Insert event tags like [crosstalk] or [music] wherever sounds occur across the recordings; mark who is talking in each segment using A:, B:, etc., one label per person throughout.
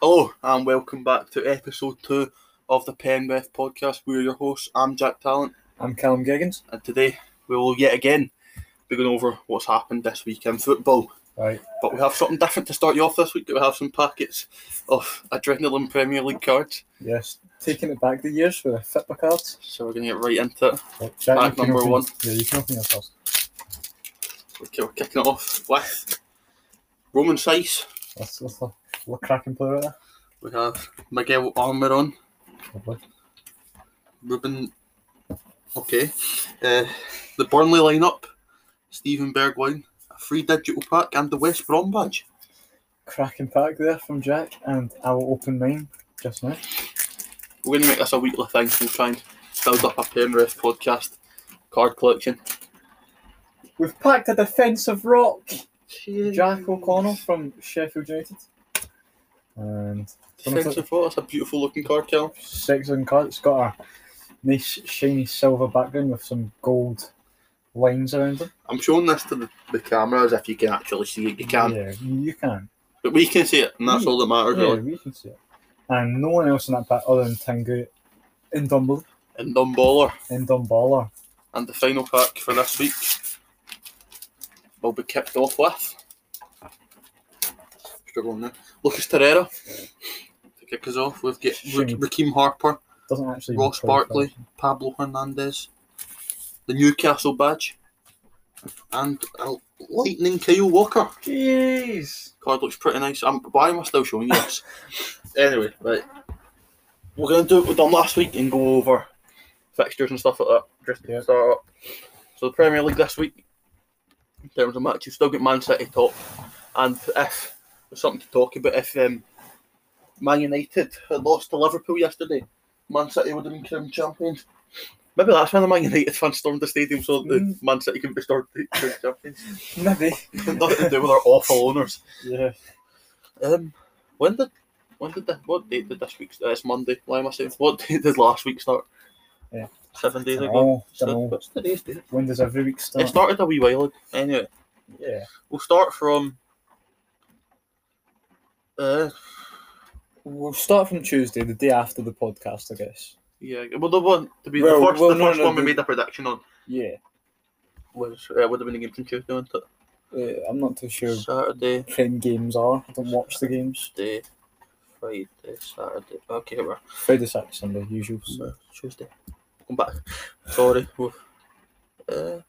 A: Hello and welcome back to episode two of the Penrith podcast. We're your hosts. I'm Jack Talent,
B: I'm Callum Giggins.
A: and today we will yet again be going over what's happened this week in football.
B: Right.
A: But we have something different to start you off this week. We have some packets of adrenaline Premier League cards,
B: Yes. Taking it back the years for the Fitba cards.
A: so we're going to get right into it.
B: Right, Jack,
A: Pack
B: you can
A: number
B: open-
A: one.
B: Yeah, you can open yours first.
A: Okay, we're kicking it off with Roman Sice.
B: That's, that's a little cracking player right there.
A: We have Miguel Almiron,
B: Lovely.
A: Ruben. Okay, uh, the Burnley lineup, Stephen Bergwijn, a free digital pack, and the West Brom badge.
B: Cracking pack there from Jack, and I will open mine just now.
A: We're going to make this a weekly thing. We'll try and build up a Penrith podcast card collection.
B: We've packed a defensive rock. Jack O'Connell from Sheffield United. And
A: Defensive row, That's a beautiful looking card, Cal.
B: six on card. It's got a nice shiny silver background with some gold lines around it.
A: I'm showing this to the, the camera as if you can actually see it. You can.
B: Yeah, you can.
A: But we can see it, and that's all that matters,
B: Hmm. Yeah,
A: Oh, really.
B: we can see it. And no one else in that pack other than Tangu in Dumble
A: And Dumballer.
B: in Dumballer.
A: And the final pack for this week will be kicked off with. Struggling now. Lucas Torreira to kick us off. We've got Ra-
B: Shame.
A: Raheem Harper,
B: Doesn't actually even
A: Ross
B: play for
A: Barkley.
B: them.
A: Pablo Hernandez, the Newcastle badge, and a Lightning Kyle Walker.
B: Jeez.
A: Card looks pretty nice. Um why am I still showing you
B: [laughs]
A: this? anyway, right. We're going to do what we've done last week and go over fixtures and stuff like that. Just to
B: Yeah.
A: start up. So, the Premier League this week, in terms of matches, still get Man City top. And if there's something to talk about, if um, Man United had lost to Liverpool yesterday, Man City would have been crowned champions. Maybe that's when the Man United fans stormed the stadium so that
B: Mm.
A: Man City can be stormed [laughs] crowned champions.
B: Maybe.
A: Nothing to do with our awful owners.
B: Yeah.
A: Um, when did when did the, what date did this week? Uh, it's Monday. Why am I saying what date did last week start?
B: Yeah.
A: seven days ago.
B: Oh,
A: So
B: dunno.
A: what's today's date?
B: When does every week start?
A: It started a wee while ago. Anyway,
B: yeah.
A: we'll start from. Uh,
B: We'll start from Tuesday, the day after the podcast, I guess.
A: yeah. Well, the one to be
B: Well,
A: the first,
B: well,
A: the
B: no,
A: first
B: no,
A: one we
B: the-
A: made a prediction on
B: Yeah.
A: was uh, would have been the game from Tuesday, wasn't it?
B: Uh, I'm not too sure
A: Saturday,
B: when games are. I don't watch the games.
A: day, Friday, Saturday. Okay, here we are.
B: Friday, Saturday, Sunday, usual.
A: No, Tuesday. Come back. Sorry. We'll, uh,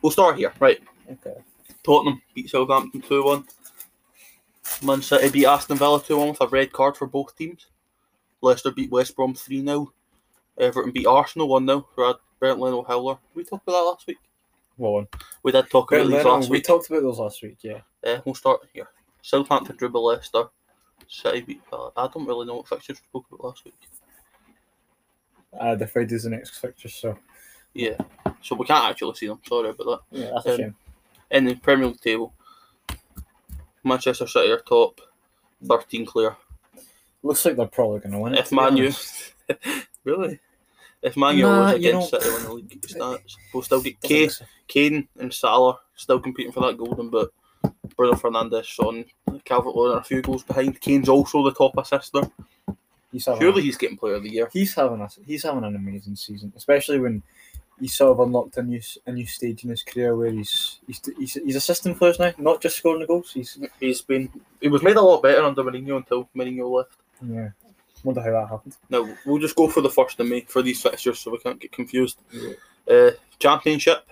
A: we'll start here. Right.
B: Okay.
A: Tottenham beat Southampton 2 1. Man City beat Aston Villa 2 1 with a red card for both teams. Leicester beat West Brom 3 0. Everton beat Arsenal 1 0 for a Brent Leno howler. We talked about that last week.
B: Well, on.
A: We did talk about these last
B: we
A: week.
B: talked about those last week, yeah.
A: Uh, we'll start here. Southampton drew with Leicester. City beat Villa. I don't really know what fixtures we spoke about last week.
B: Uh, the Friday's the next fixture, so
A: Yeah. So we can't actually see them. Sorry about that.
B: yeah, that's
A: Um,
B: a shame.
A: in the Premier League table. Manchester City are top, 13 clear.
B: Looks like they're probably going to win it.
A: If
B: to be
A: Man U,
B: honest.
A: [laughs] really, if Man U
B: Nah,
A: was
B: you
A: against
B: know-
A: City in the league
B: [laughs]
A: stats, we'll still get
B: I think
A: Kane,
B: so.
A: Kane and Salah still competing for that golden boot. Bruno Fernandes, Son, Calvert Lewin are a few goals behind. Kane's also the top assister.
B: Uh-huh. He's having,
A: Surely he's getting Player of the Year.
B: he's having a, he's having an amazing season, especially when he's sort of unlocked a new s- a new stage in his career where he's he's he's, he's assisting players now, not just scoring the goals. He's
A: He's been he was made a lot better under Mourinho until Mourinho left.
B: yeah. Wonder how that happened.
A: Now we'll just go for the first of May for these fixtures, so we can't get confused.
B: Yeah.
A: Uh, championship: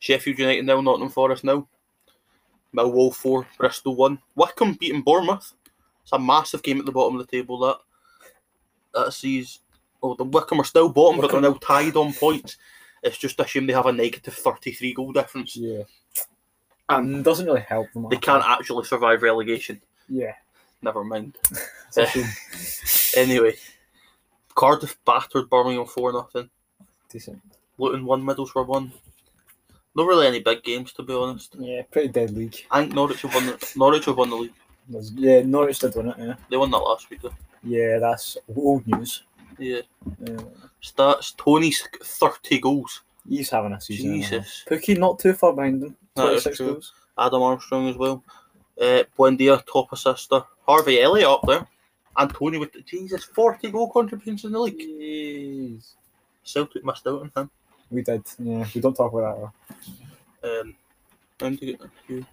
A: Sheffield United nil, Nottingham Forest nil, Millwall four, Bristol one. Wickham beating Bournemouth. It's a massive game at the bottom of the table. That that sees. Oh, the Wickham are still bottom, but they're now tied on points. It's just a shame they have a negative thirty-three goal difference.
B: Yeah,
A: And
B: and doesn't really help them.
A: they can't actually survive relegation. [laughs]
B: Yeah,
A: Never mind.
B: it's a
A: Eh.
B: shame.
A: Anyway, Cardiff battered Birmingham four nothing.
B: Decent.
A: Luton one, Middlesbrough one. Not really any big games to be honest.
B: Yeah, pretty dead league.
A: I think Norwich have won. The, Norwich have won the league.
B: There's- yeah, Norwich did win it. Yeah,
A: They won that last week though.
B: yeah, that's old news.
A: Yeah.
B: Uh,
A: Stats: Tony's thirty goals.
B: he's uh, having a season. and a half.
A: Jesus.
B: Pookie not too far behind him.
A: That is
B: Twenty six
A: true.
B: goals.
A: Adam Armstrong as well. Uh, Buendia top assister. Harvey Elliott up there. Antonio with Jesus, 40 goal contributions in the league.
B: Jeez.
A: Celtic missed out on him.
B: We did. Yeah, we don't talk about that. Though.
A: Um, and to get a few-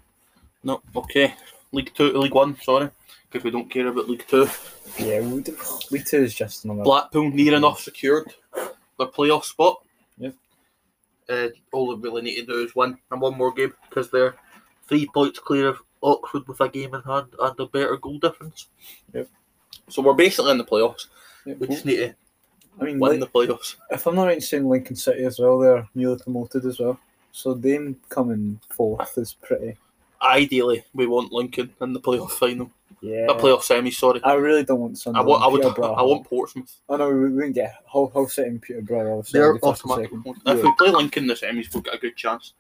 A: No, okay. League two, League One, sorry, because we don't care about League Two.
B: Yeah, we do. League Two is just another.
A: Blackpool near enough secured their playoff spot.
B: Yep.
A: Uh, all they really need to do is win and one more game because they're three points clear of Oxford with a game in hand and a better goal difference.
B: Yep.
A: So we're basically in the playoffs.
B: Yeah,
A: We just need to
B: I mean,
A: win
B: like,
A: the playoffs.
B: if I'm not right in saying Lincoln City as well, they're newly promoted as well. So them coming fourth is pretty.
A: Ideally, we want Lincoln in the playoff final,
B: Yeah.
A: a playoff semi. Sorry,
B: I really don't want
A: I
B: Sunderland.
A: want, I would,
B: Peterborough.
A: I want Portsmouth.
B: Oh no, we wouldn't get Hull, Hull City and Peterborough. Obviously,
A: They're
B: the first and
A: automatic.
B: second.
A: ones.
B: Yeah.
A: If we play Lincoln in the semis, we've got a good chance.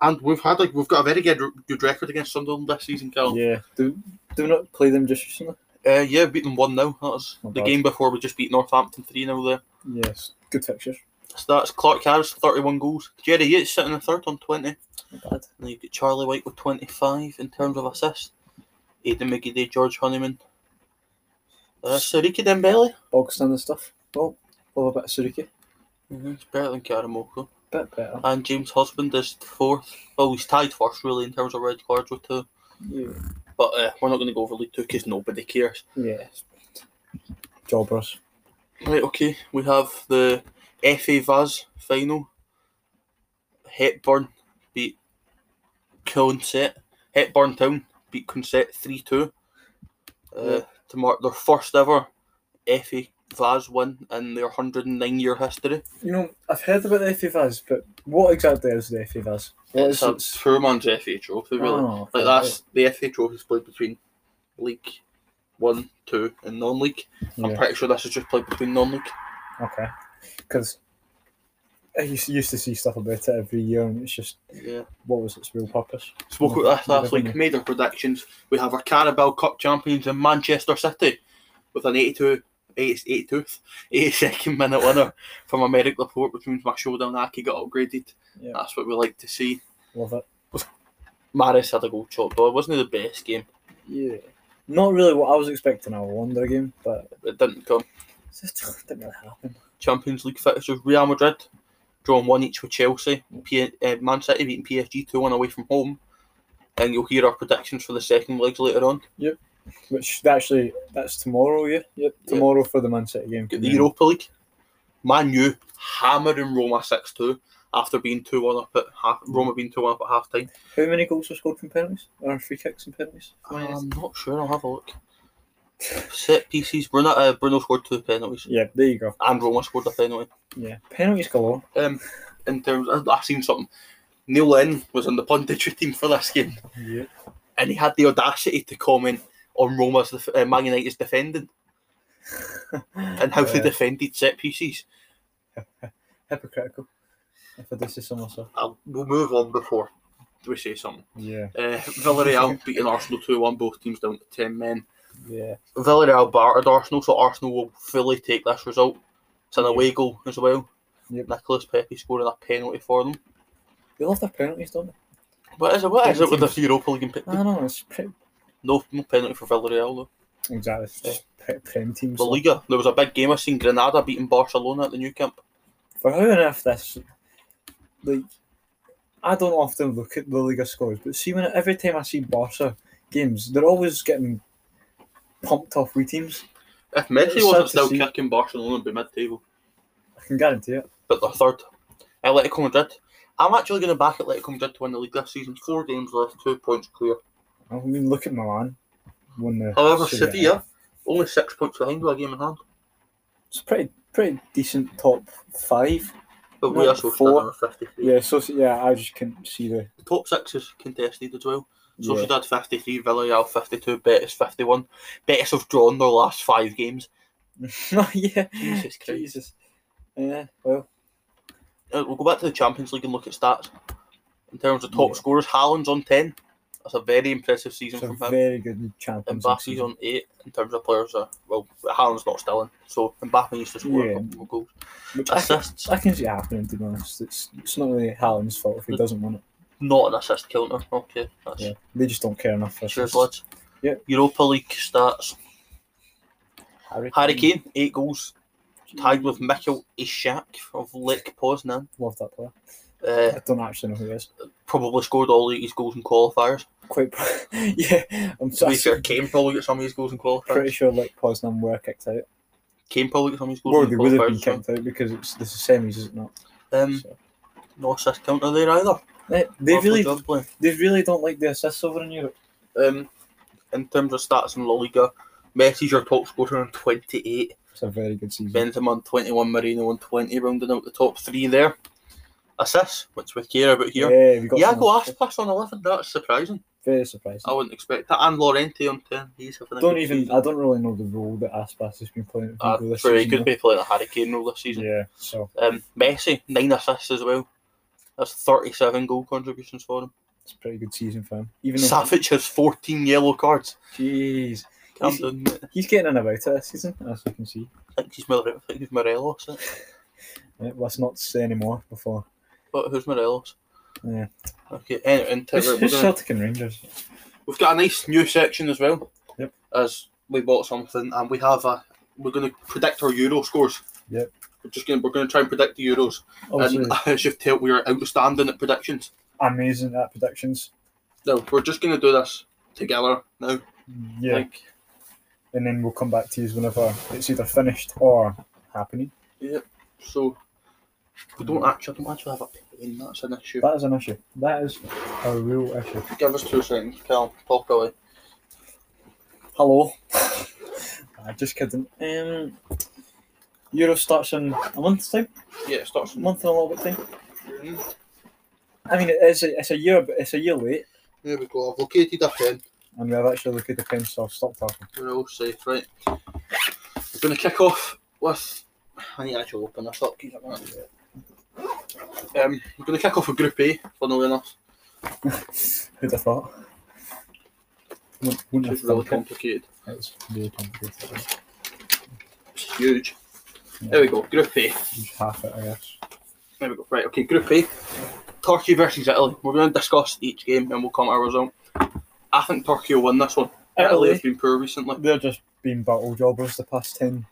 A: And we've had like we've got a very good good record against Sunderland this season, Cal.
B: Yeah. Do, do we not play them just recently?
A: Uh, yeah, beat them one 0 That was
B: Not
A: the
B: bad.
A: game before we just beat Northampton three 0 there.
B: Yes. Good fixtures.
A: So that's Clark Harris thirty one goals. Jerry Yates sitting in third on twenty. And
B: Not bad.
A: then you've got Charlie White with twenty five in terms of assists. Aidan McGiddy, George Honeyman. Uh, Sariki Dembele.
B: Bog standard stuff. Oh, love a bit of Suzuki.
A: Mm-hmm. It's better than Karamoko.
B: Bit better.
A: And James Husband is fourth. Well, he's tied first really in terms of red cards with two.
B: Yeah.
A: But uh, we're not going to go over League Two because nobody cares.
B: Yeah. Jobbers.
A: Right, okay. We have the FA Vaz final. Hepburn beat Consett. Hepburn Town beat Consett 3 2 uh,
B: Yeah.
A: to mark their first ever FA Vaz win in their 109 year history.
B: You know, I've heard about the FA Vaz, but what exactly is the FA Vaz? What
A: It's
B: is
A: a
B: it?
A: poor man's FA trophy, really.
B: Oh,
A: Like that's the FA trophy is played between League One, Two, and non-league. I'm
B: Yeah.
A: pretty sure this is just played between non-league.
B: Okay. Because I used used to see stuff about it every year, and it's just
A: Yeah.
B: what was its real purpose?
A: Spoke about this last
B: Yeah.
A: week. Made our predictions. We have our Carabao Cup champions in Manchester City with an 82, 82, 82nd minute winner from Americ Laporte, which means my showdown Aki got upgraded.
B: Yeah.
A: That's what we like to see.
B: Love it.
A: Maris had a goal chopped on. Wasn't it the best game?
B: Yeah. Not really what I was expecting a Wonder game, but
A: It didn't come.
B: it just [laughs] didn't really happen.
A: Champions League fixtures: Real Madrid drawing one each with Chelsea. P- uh, Man City beating PSG two one away from home. And you'll hear our predictions for the second legs later on.
B: Which actually, that's tomorrow, yeah? Yep.
A: Yeah.
B: Tomorrow for the Man City game.
A: Get the Europa League. Man U hammering Roma six two after being two one up at half. Roma being two one up at half time.
B: How many goals were scored from penalties? Or free kicks and penalties?
A: I'm not sure. I'll have a look. Set pieces. Bruno, uh, Bruno scored two penalties,
B: Yeah, there you go.
A: and Roma scored a penalty.
B: Yeah. Penalties galore.
A: Um, in terms, I, I've seen something. Neil Lennon was on the punditry team for this game,
B: Yeah. [laughs]
A: and he had the audacity to comment on Roma's def- uh, Man United's defending and how they
B: Yeah.
A: defended set pieces.
B: Hypocritical. If I do say so myself.
A: I'll, we'll move on before we say something.
B: Yeah.
A: Uh, [laughs] Villarreal beating Arsenal 2 1, both teams down to 10 men.
B: Yeah.
A: Villarreal battered Arsenal, so Arsenal will fully take this result. It's an away goal as well.
B: Yep.
A: Nicholas Pepe scoring a penalty for them.
B: They love their penalties, don't they?
A: What is it, what is it with the Europa League and pe-
B: I know, it's pretty.
A: no, no penalty for Villarreal
B: Exactly. It's just pre- prem teams.
A: though. La Liga, there was a big game I seen Granada beating Barcelona at the new camp.
B: For how on earth this, like, I don't often look at the Liga scores, but see when every time I see Barca games, they're always getting pumped off with teams.
A: If Messi
B: It's
A: wasn't
B: sad to
A: still
B: see.
A: kicking, Barcelona would be mid table.
B: I can guarantee it.
A: But they're third. Atletico Madrid. I'm actually going to back Atletico Madrid to win the league this season. Four games left, two points clear.
B: I mean, look at Milan. Won the
A: However,
B: Serie A.
A: Sevilla, only six points behind with a game in hand.
B: It's pretty, pretty decent top five.
A: But we
B: No,
A: are so
B: four.
A: standing at 53.
B: Yeah, so yeah, I just couldn't see the. [laughs]
A: The top six is contested as well.
B: Yeah.
A: Sociedad 53, Villarreal 52, Betis 51. Betis have drawn their last five games.
B: oh, yeah.
A: Jesus Christ.
B: [laughs] Jesus. Yeah, well,
A: Uh, We'll go back to the Champions League and look at stats. In terms of top
B: Yeah.
A: scorers, Haaland's on 10. That's a very impressive season
B: it's a
A: from him.
B: very good Champions League
A: Mbappe's
B: season.
A: on 8 in terms of players. Uh, well, Haaland's not still in, so Mbappe needs to score
B: Yeah.
A: a couple more goals.
B: Which I, can,
A: Assists,
B: I can see it happening, to be honest. It's, it's not really Haaland's fault if he doesn't want it.
A: not an assist counter. Okay, that's
B: Yeah, they just don't care enough. For
A: Cheers,
B: us.
A: lads.
B: Yeah.
A: Europa League stats.
B: Harry,
A: Harry
B: Kane.
A: Kane, eight goals, tied with Mikkel Ishak of Lech Poznan.
B: Love that player.
A: Uh,
B: I don't actually know who he is.
A: probably scored all of his goals in qualifiers.
B: Quite. pro- [laughs] yeah, I'm
A: To be
B: sorry.
A: fair, Kane probably got some of his goals in qualifiers.
B: Pretty sure like Poznan were kicked out.
A: Kane probably got some of his goals
B: Well,
A: in
B: they
A: the
B: would have been
A: qualifiers. as
B: kicked out because it's this is semis, is it not?
A: well. Um,
B: So-
A: no assist counter there either.
B: They, they
A: Lovely
B: really,
A: job, Blaine.
B: they really don't like the assists over in Europe.
A: Um, in terms of stats in La Liga, Messi's your top scorer on 28.
B: It's a very good season.
A: Benzema on 21, Marino on 20, rounding out the top three there. Assists, which we care about here.
B: Yeah, we got.
A: Yeah,
B: some
A: Iago
B: assists.
A: Aspas on 11, that's surprising.
B: Very surprising.
A: I wouldn't expect that. And Lorente on 10, he's having a
B: don't
A: good
B: even.
A: season.
B: I don't really know the role that Aspas has been playing at
A: Uh,
B: Vigo this
A: true, he
B: season,
A: could be playing a Harry Kane role this
B: though.
A: season.
B: Yeah. So
A: Um, Messi, 9 assists as well. That's 37 goal contributions for him.
B: it's a pretty good season for him. Even though,
A: Savic has 14 yellow cards.
B: jeez,
A: Calm
B: He's-
A: down, mate.
B: he's getting in about it this season, as you can see.
A: I think he's More- I think he's Morelos. isn't it?
B: Right, let's not say any more before.
A: But who's Morelos?
B: Yeah.
A: Okay, anyway, in terms
B: Who's,
A: of-
B: who's Celtic and Rangers?
A: We've got a nice new section as well.
B: Yep.
A: As we bought something, and we have a. We're going to predict our Euro scores.
B: Yep.
A: We're just going. to We're going to try and predict the Euros.
B: Obviously,
A: and [laughs] as you've told, we are outstanding at predictions.
B: amazing at predictions.
A: No, we're just going to do this together now.
B: Yeah,
A: Like,
B: and then we'll come back to you whenever it's either finished or happening.
A: so. We don't actually. I don't actually have a pen. That's an issue.
B: That is an issue. That is a real issue.
A: Give us two seconds, Cal. Talk away.
B: Hello. [laughs] I just kidding. Um, Euro starts in a month's time,
A: Yeah, it starts.
B: month and a little bit time.
A: From...
B: I mean, it's a, it's a year, but it's a year late,
A: There we go. I've located a pen.
B: and we've actually looked at the pen, so I've stopped talking. [laughs]
A: We're all safe, right? We're going to kick off with. I need to actually open this up. keep it on. Um, we're going to kick off with Group A, funnily enough.
B: Who'd have thought? Wouldn't- wouldn't have
A: It's really
B: thought
A: complicated.
B: it. It's really complicated.
A: It's huge. There we go, Group A.
B: Just half it, I guess.
A: There we go. Right, okay, Group A. Turkey versus Italy. We're going to discuss each game and we'll come to our result. I think Turkey will win this one. Italy has
B: Italy,
A: been poor recently.
B: they're just being battle jobbers the past 10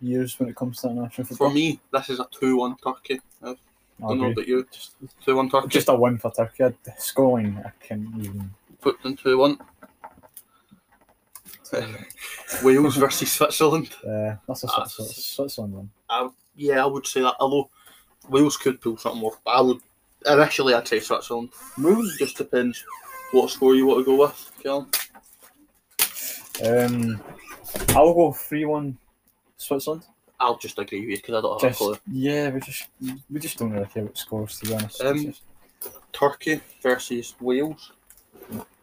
B: years when it comes to international
A: For
B: football.
A: me, this is a 2 1 Turkey. I
B: I
A: don't know
B: agree.
A: about you.
B: Just,
A: 2 1 Turkey.
B: just a win for Turkey. I- Scoring, I can't even.
A: Put them 2
B: [laughs]
A: 1. Wales versus Switzerland.
B: Uh, that's a
A: Ah,
B: Switzerland, Switzerland one.
A: Yeah, I would say that. Although Wales could pull something off, but I would initially I'd say Switzerland.
B: Wales?
A: Just depends what score you want to go with. Callum.
B: Um, I'll go three one, Switzerland.
A: I'll just agree with you because I don't have
B: Just
A: a clue.
B: yeah, we just we just don't really care what scores to be honest. It's
A: Um,
B: just-
A: Turkey versus Wales.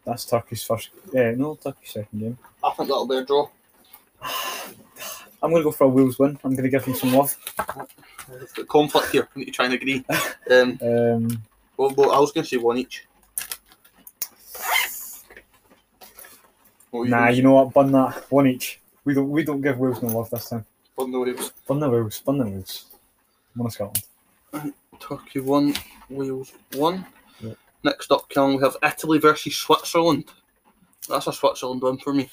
B: that's Turkey's first. Yeah, no, Turkey's second game.
A: I think that'll be a draw.
B: I'm gonna go for a Wales win. I'm gonna give them some love.
A: We've got conflict here. [laughs] We need to try and agree. Um,
B: Um,
A: well, well, I was going to say one each. What were you
B: nah,
A: gonna say?
B: you know what? Bun that one each. We don't we don't give Wales no love this time.
A: One the Wales.
B: Bun the Wales. Bun the Wales. I'm on Scotland.
A: Turkey one, Wales one.
B: Yep.
A: Next up, Callum, we have Italy versus Switzerland. That's a Switzerland win for me.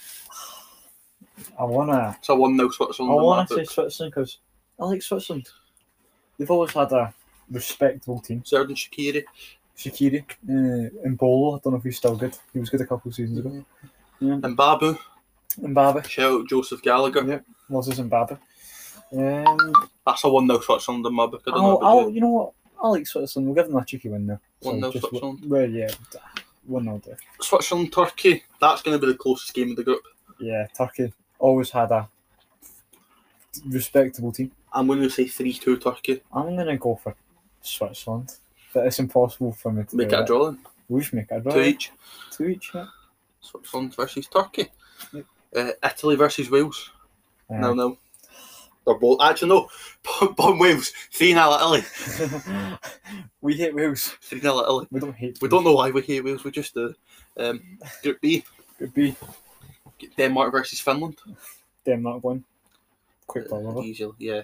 B: I wanna
A: It's a one 0
B: I
A: Switzerland. in my
B: wanna say
A: book.
B: Switzerland because I like Switzerland. They've always had a respectable team.
A: Zerdan Shakiri.
B: Shakiri uh, and Bolo. I don't know if he's still good. He was good a couple of seasons ago.
A: Mm.
B: Yeah.
A: And Babu.
B: Mbappe.
A: Shout out Joseph Gallagher.
B: Yeah. Loves his Mbappe. Um,
A: That's a one 0 Switzerland in my book. I don't know
B: I'll,
A: about
B: I'll, you know what? I like Switzerland. We'll give them a cheeky win now.
A: One nil
B: just
A: Switzerland.
B: w- Well, yeah. d- One nil. there.
A: you. Switzerland Turkey. That's going to be the closest game of the group.
B: Yeah. Turkey always had a respectable team.
A: I'm going to say three two Turkey.
B: I'm gonna go for Switzerland. But it's impossible for me to
A: Make
B: do
A: it a
B: that.
A: draw. Then.
B: We should make it a draw.
A: Two each.
B: Two each. Yeah.
A: Switzerland versus Turkey.
B: Yep.
A: Uh, Italy versus Wales.
B: Uh,
A: No, no. They're both actually no. [laughs] Bomb Wales. Three 0 Italy.
B: Uh, [laughs] we hate Wales.
A: Three 0 Italy.
B: We don't hate.
A: We don't know why we hate Wales, we just do. Um, Group B,
B: It'd be
A: Denmark versus Finland.
B: Denmark one.
A: Uh,
B: Quick ball over.
A: Easily, yeah.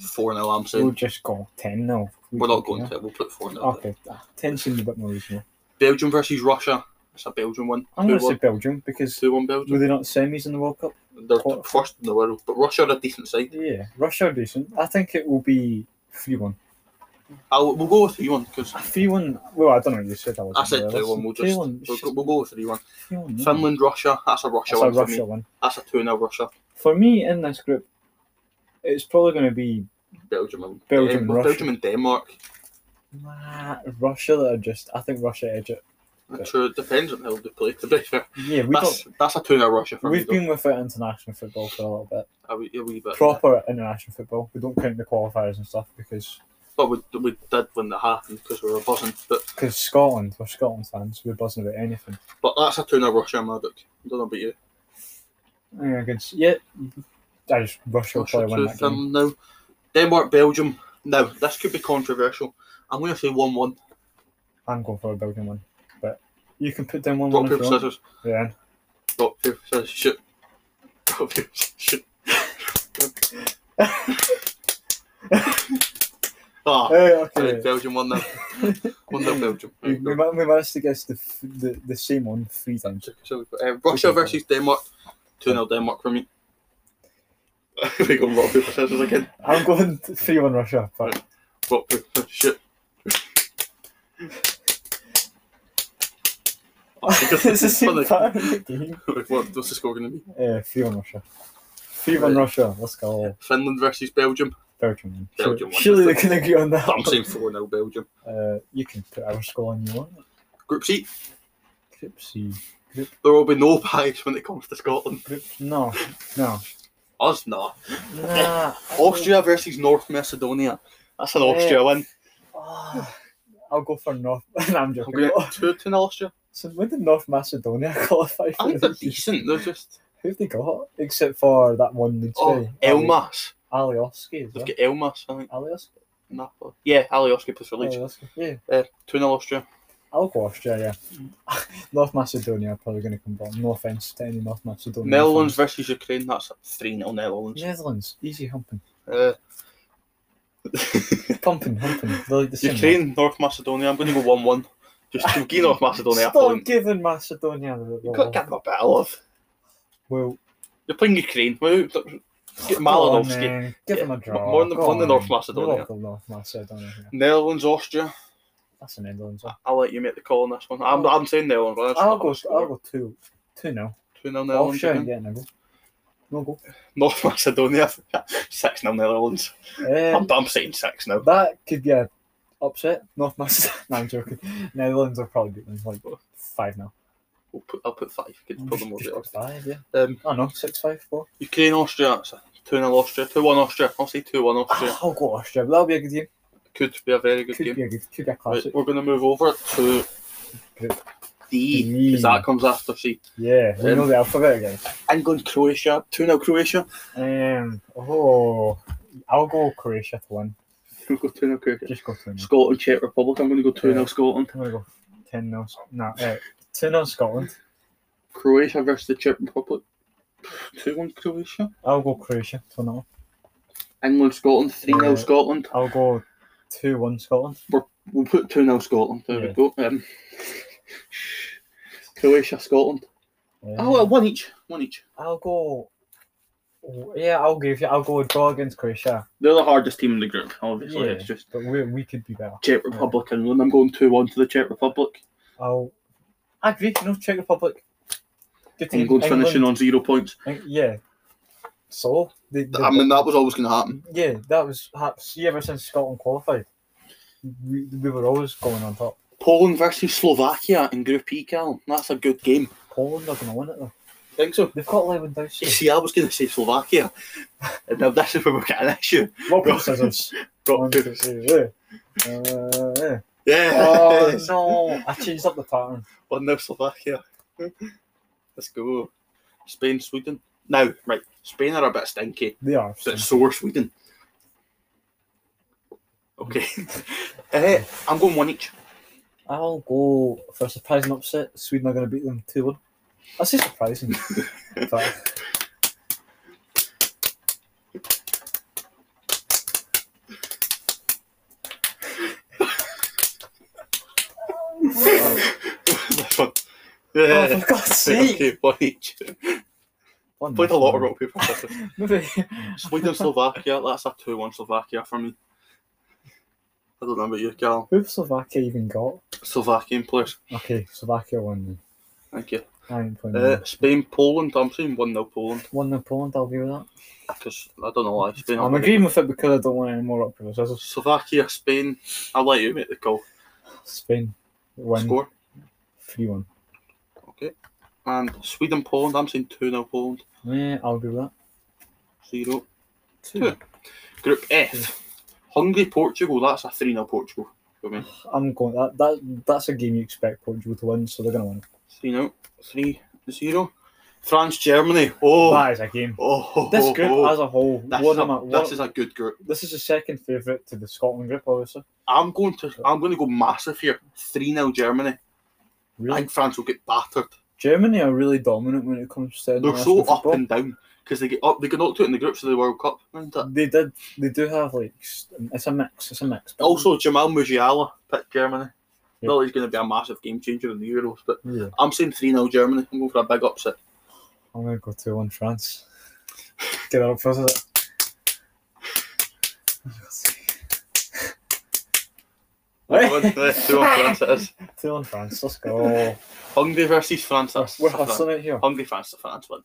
A: 4 0, I'm
B: We'll
A: saying.
B: just go 10 now.
A: We're not going to it, we'll put 4 0.
B: Okay, 10 seems a bit more reasonable.
A: Belgium versus Russia. It's a Belgian one.
B: I'm going to say
A: 2-1.
B: Belgium because
A: 2-1 Belgium.
B: were they not semis in the World Cup?
A: They're
B: Quarter-
A: first in the world, but Russia are a decent side.
B: Yeah, Russia are decent. I think it will be 3 1.
A: I'll, we'll go with 3-1 because
B: 3 1. Well, I don't know. You said that was.
A: I said 2-1. We'll just we'll, go- we'll go with 3-1. Finland, Russia. That's a Russia one
B: Mm-hmm. That's a
A: for
B: Russia
A: me.
B: one.
A: That's a 2-0 Russia.
B: For me, in this group, it's probably going to be
A: Belgium and
B: Belgium
A: Den-
B: and Russia.
A: Belgium and Denmark.
B: nah, Russia that are just. I think Russia edge it. Okay.
A: True, it depends on how they play. To be fair,
B: Yeah, we
A: that's, that's a 2-0 Russia for
B: don't.
A: me.
B: We've been without international football for a little bit.
A: though. a, wee, a wee bit.
B: Proper international football. We don't count the qualifiers and stuff because
A: But we, we did when that happened because we were buzzing. But
B: cause Scotland, we're Scotland fans. We're buzzing about anything.
A: but that's a 2-0 Russia, Murdoch. I don't know about you.
B: Yeah, against, yeah. I just Russia will
A: Russia
B: probably win that
A: to
B: game.
A: Finland now. Denmark, Belgium. Now, this could be controversial. I'm going to say 1 1.
B: I'm going for a Belgian one. But you can put down one
A: Rock,
B: one if
A: paper,
B: you want.
A: scissors.
B: Yeah.
A: Rock, paper, scissors. Shoot. Rock, paper, scissors. Shoot. [laughs] Ah,
B: Hey,
A: right,
B: Oh, okay.
A: Belgium 1 0. 1 0
B: [laughs]
A: Belgium. There
B: We,
A: you go.
B: we, ma- we managed to guess the, f- the the same one three times.
A: [laughs] So we've got, uh, Russia versus Denmark. 2 0 Denmark for me. [laughs] we got rock, paper, scissors again.
B: I'm going [laughs] three one Russia, but [laughs]
A: Rock, paper, scissors. Shoot.
B: [laughs] it's the same
A: Funny.
B: pattern of the game.
A: what, what's the score going to be?
B: Yeah, three one Russia. Three one
A: Right.
B: Russia. Let's go
A: Finland versus
B: [laughs]
A: Belgium.
B: Belgium. Then.
A: Belgium won.
B: Surely they can agree on that.
A: I'm
B: one.
A: saying 4 0 Belgium.
B: Uh, you can put our score on you want.
A: Group C.
B: Group C.
A: There will be no bias when it comes to Scotland.
B: Group no, no,
A: Us, nah.
B: nah.
A: Austria versus North Macedonia. That's an
B: Yeah.
A: Austria win.
B: Ah, I'll go for North. [laughs] no, I'm
A: I'm
B: joking.
A: going to to an Austria.
B: [laughs] So when did North Macedonia [laughs] qualify
A: I
B: for
A: think they're
B: the
A: decent. They're just.
B: Who've they got? Except for that one Leeds
A: Oh,
B: guy.
A: Elmas.
B: Ali- Alioski, is
A: They've got
B: it?
A: Elmas, I think.
B: Alioski?
A: Napa. Yeah, Alioski plays for Leeds.
B: Alioski. Yeah,
A: Uh, 2 0 Austria.
B: I'll go Austria, yeah. [laughs] North Macedonia are probably going to come bottom. No offence to any North Macedonia.
A: Netherlands
B: fans.
A: versus Ukraine. That's 3 0 Netherlands.
B: Netherlands. Easy humping.
A: Uh,
B: Pumping, humping. They're like the same.
A: Ukraine, North Macedonia. I'm going to go 1 1.
B: [laughs]
A: Just to give North Macedonia a
B: Stop
A: point.
B: giving Macedonia the
A: You've got to give
B: ball.
A: them a bit of love.
B: Well,
A: You're playing Ukraine. Well, Get
B: go on
A: Malinowski.
B: then, Give them a
A: Yeah,
B: draw.
A: more than-
B: Go
A: more than
B: on
A: North
B: then.
A: Macedonia.
B: Local North Macedonia. yeah.
A: Netherlands, Austria.
B: That's the Netherlands. one.
A: I'll let you make the call on this one. I'm,
B: Oh.
A: I'm saying Netherlands. But
B: I'll go, I'll go two. Two now.
A: 2 0 Netherlands.
B: Offshore
A: again.
B: and getting a goal. No goal.
A: North Macedonia. [laughs] 6 0 Netherlands.
B: Eh,
A: I'm, I'm saying 6 now.
B: That could be a upset. North Macedonia. [laughs] no, I'm joking. Netherlands will probably beat them like five now.
A: We'll put, I'll put 5. Could put them over the
B: Just
A: odds.
B: five, yeah.
A: um,
B: I don't know, six, five, four.
A: Ukraine, Austria. 2 0 Austria. 2 1 Austria. I'll say 2 1 Austria.
B: I'll go Austria. but oh, That'll be a good game.
A: Could be a very good
B: Ah. could
A: game.
B: be a good, could be a
A: Right,
B: classic.
A: we're going to move over to
B: Group
A: D
B: D.
A: because that comes after C.
B: Yeah, we
A: Um,
B: know the alphabet again.
A: England, Croatia. 2 0 Croatia.
B: Um, oh, I'll go Croatia to one.
A: We'll go 2 0 Croatia.
B: Just go two. now.
A: Scotland, Czech Republic. I'm going to go 2 0
B: Mm. Yeah.
A: Scotland.
B: I'm gonna go ten nil. No, uh, ten nil Scotland.
A: Croatia versus the Czech Republic. 2 1 Croatia.
B: I'll go Croatia to nil.
A: England, Scotland, 3 0
B: Yeah.
A: Scotland.
B: I'll go two one Scotland.
A: We'll put 2 0 Scotland. There
B: Yeah.
A: we go. Um, [laughs] Croatia, Scotland.
B: Um,
A: Oh, well, one each. One each.
B: I'll go. oh, Yeah, I'll give you. I'll go draw against Croatia,
A: They're the hardest team in the group, obviously.
B: Yeah.
A: It's just
B: but we, we could be better.
A: Czech Republic, England. I'm going 2 1 to the Czech Republic.
B: I'll. I agree. No, Czech Republic. Good team.
A: England, finishing on zero points.
B: Eng- yeah. So they, they-
A: I mean, that was always going to happen.
B: yeah, that was ha- see ever since Scotland qualified, we, we were always going on top.
A: Poland versus Slovakia in Group E, Cal. That's a good game.
B: Poland are going to win it though.
A: Think so.
B: They've got
A: You [laughs]
B: Lewandowski.
A: see, I was going to say Slovakia. [laughs] and now this is where we've got an issue.
B: Rock paper scissors. One,
A: Rock,
B: two,
A: paper-
B: three, yeah. Uh, yeah.
A: Yeah. [laughs]
B: Oh no! I changed up the pattern.
A: One now Slovakia. Let's go. Spain, Sweden. Now, right, Spain are a bit stinky,
B: They are.
A: but so are Sweden.
B: [laughs]
A: Okay. Eh, I'm going one each.
B: I'll go for a surprising upset. Sweden are going to beat them 2 1. I
A: [laughs]
B: say surprising. but
A: this one.
B: Oh, for God's sake!
A: [laughs]
B: Mm-hmm.
A: okay, one each.
B: One
A: Played a lot of
B: nothing.
A: rock paper scissors.
B: Maybe.
A: Sweden Slovakia. That's a two-one Slovakia for me. I don't know about you, Cal.
B: Who've Slovakia even got?
A: Slovakian players.
B: Okay, Slovakia won then.
A: Thank you.
B: I ain't playing
A: Uh, Spain, Poland. I'm saying one 0 Poland
B: One in Poland, I'll agree with that.
A: because I don't know why Spain.
B: I'm
A: aren't very
B: agreeing with it because I don't want any more up
A: good.
B: criticism.
A: Slovakia, Spain. I'll let you make the call.
B: Spain win
A: Score.
B: 3 1.
A: And Sweden, Poland. I'm saying two 0 Poland.
B: Yeah, I'll agree with that.
A: Zero.
B: Two.
A: Group
B: Hmm.
A: F. Hungary, Portugal. That's a three 0 Portugal. for me.
B: I'm going, that, that that's a game you expect Portugal to win, so they're going to win.
A: Three 0 Three zero. France, Germany. Oh.
B: That is a game.
A: Oh,
B: This
A: oh,
B: group
A: oh.
B: as a whole,
A: This
B: what
A: is, a,
B: am I- what-
A: this is a good group.
B: this is the second favourite to the Scotland group, obviously.
A: I'm going to I'm going to go massive here. Three 0 Germany. I
B: Really?
A: think France will get battered.
B: Germany are really dominant when it comes to
A: They're so
B: international
A: up
B: football.
A: and down because they get up. They got knocked out in the groups of the World Cup. Mind that.
B: They did. They do have like s- it's a mix. It's a mix. but-
A: Also, Jamal Musiala picked Germany.
B: Yeah.
A: Not that he's going to be a massive game changer in the Euros, but
B: yeah,
A: I'm saying 3 0 Germany. I'm going for a big
B: [laughs]
A: upset.
B: I'm gonna go two one France. Get out of process.
A: Two on France it is.
B: [laughs] Two one France. Let's go.
A: Hungary versus France. That's
B: We're
A: that's a France.
B: hustling it here.
A: Hungary, France, the France one.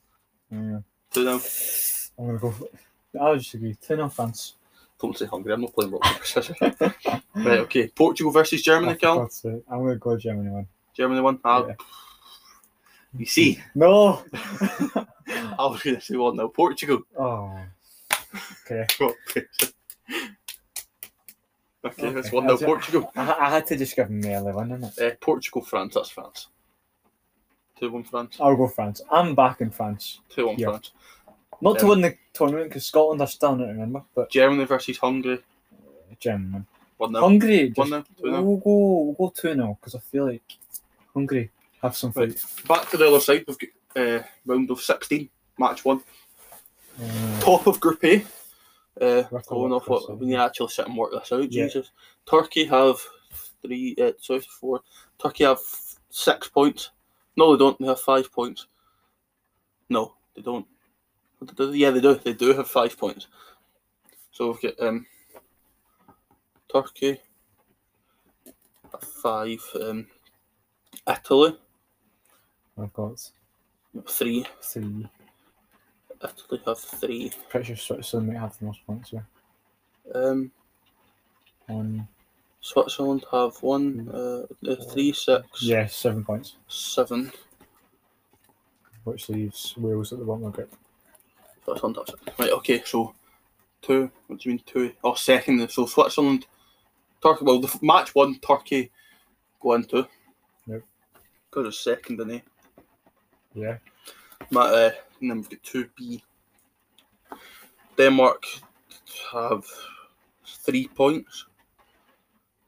B: Yeah.
A: 2 0.
B: I'm gonna go. I would just agree. Two 0 France.
A: Don't say Hungary. I'm not playing rock, paper, scissors. [laughs] right, okay. Portugal versus Germany, Cal.
B: Oh, for God's sake. I'm gonna go Germany one.
A: Germany won. Ah,
B: Yeah.
A: You see,
B: No.
A: I was going to say one now. Portugal. [laughs]
B: oh. Okay.
A: okay, that's one now.
B: that's it.
A: Portugal.
B: I, I had to just give them the early one, didn't I?
A: Uh, Portugal, France. That's France. Two one France.
B: I'll go France. I'm back in France.
A: Two one
B: Yeah.
A: France.
B: Not to
A: Yeah.
B: win the tournament because Scotland are still in it, remember? But
A: Germany versus Hungary.
B: Germany.
A: One now.
B: Hungary.
A: One
B: Just,
A: now. Two now.
B: we'll go. We'll go two now because I feel like Hungary have some
A: Right.
B: fight.
A: Back to the other side. We've got uh, round of sixteen, match one.
B: Uh,
A: Top of Group A. Uh,
B: We'll have to
A: going
B: work
A: off what
B: this out.
A: we need to actually sit and work this out.
B: Yeah.
A: Jesus, Turkey have three, uh, sorry, four. Turkey have six points. No, they don't. They have five points. No, they don't. What do they- Yeah, they do. They do have five points. So we've got um, Turkey, at five. Um, Italy,
B: I've got
A: three.
B: three.
A: Italy have three.
B: Pretty sure Switzerland might have the most points here.
A: Um,
B: Um,
A: Switzerland have one, uh, uh, three, six,
B: Mm. yeah, seven points,
A: seven.
B: which leaves Wales at the bottom of the group.
A: Switzerland have six. Right, okay, so two. What do you mean two? Oh, second. So Switzerland, Turkey. Well, the f- match one, Turkey go into.
B: Yep.
A: Because it's second, innit?
B: Yeah.
A: Ma- uh, and then we've got two B. Denmark have three points.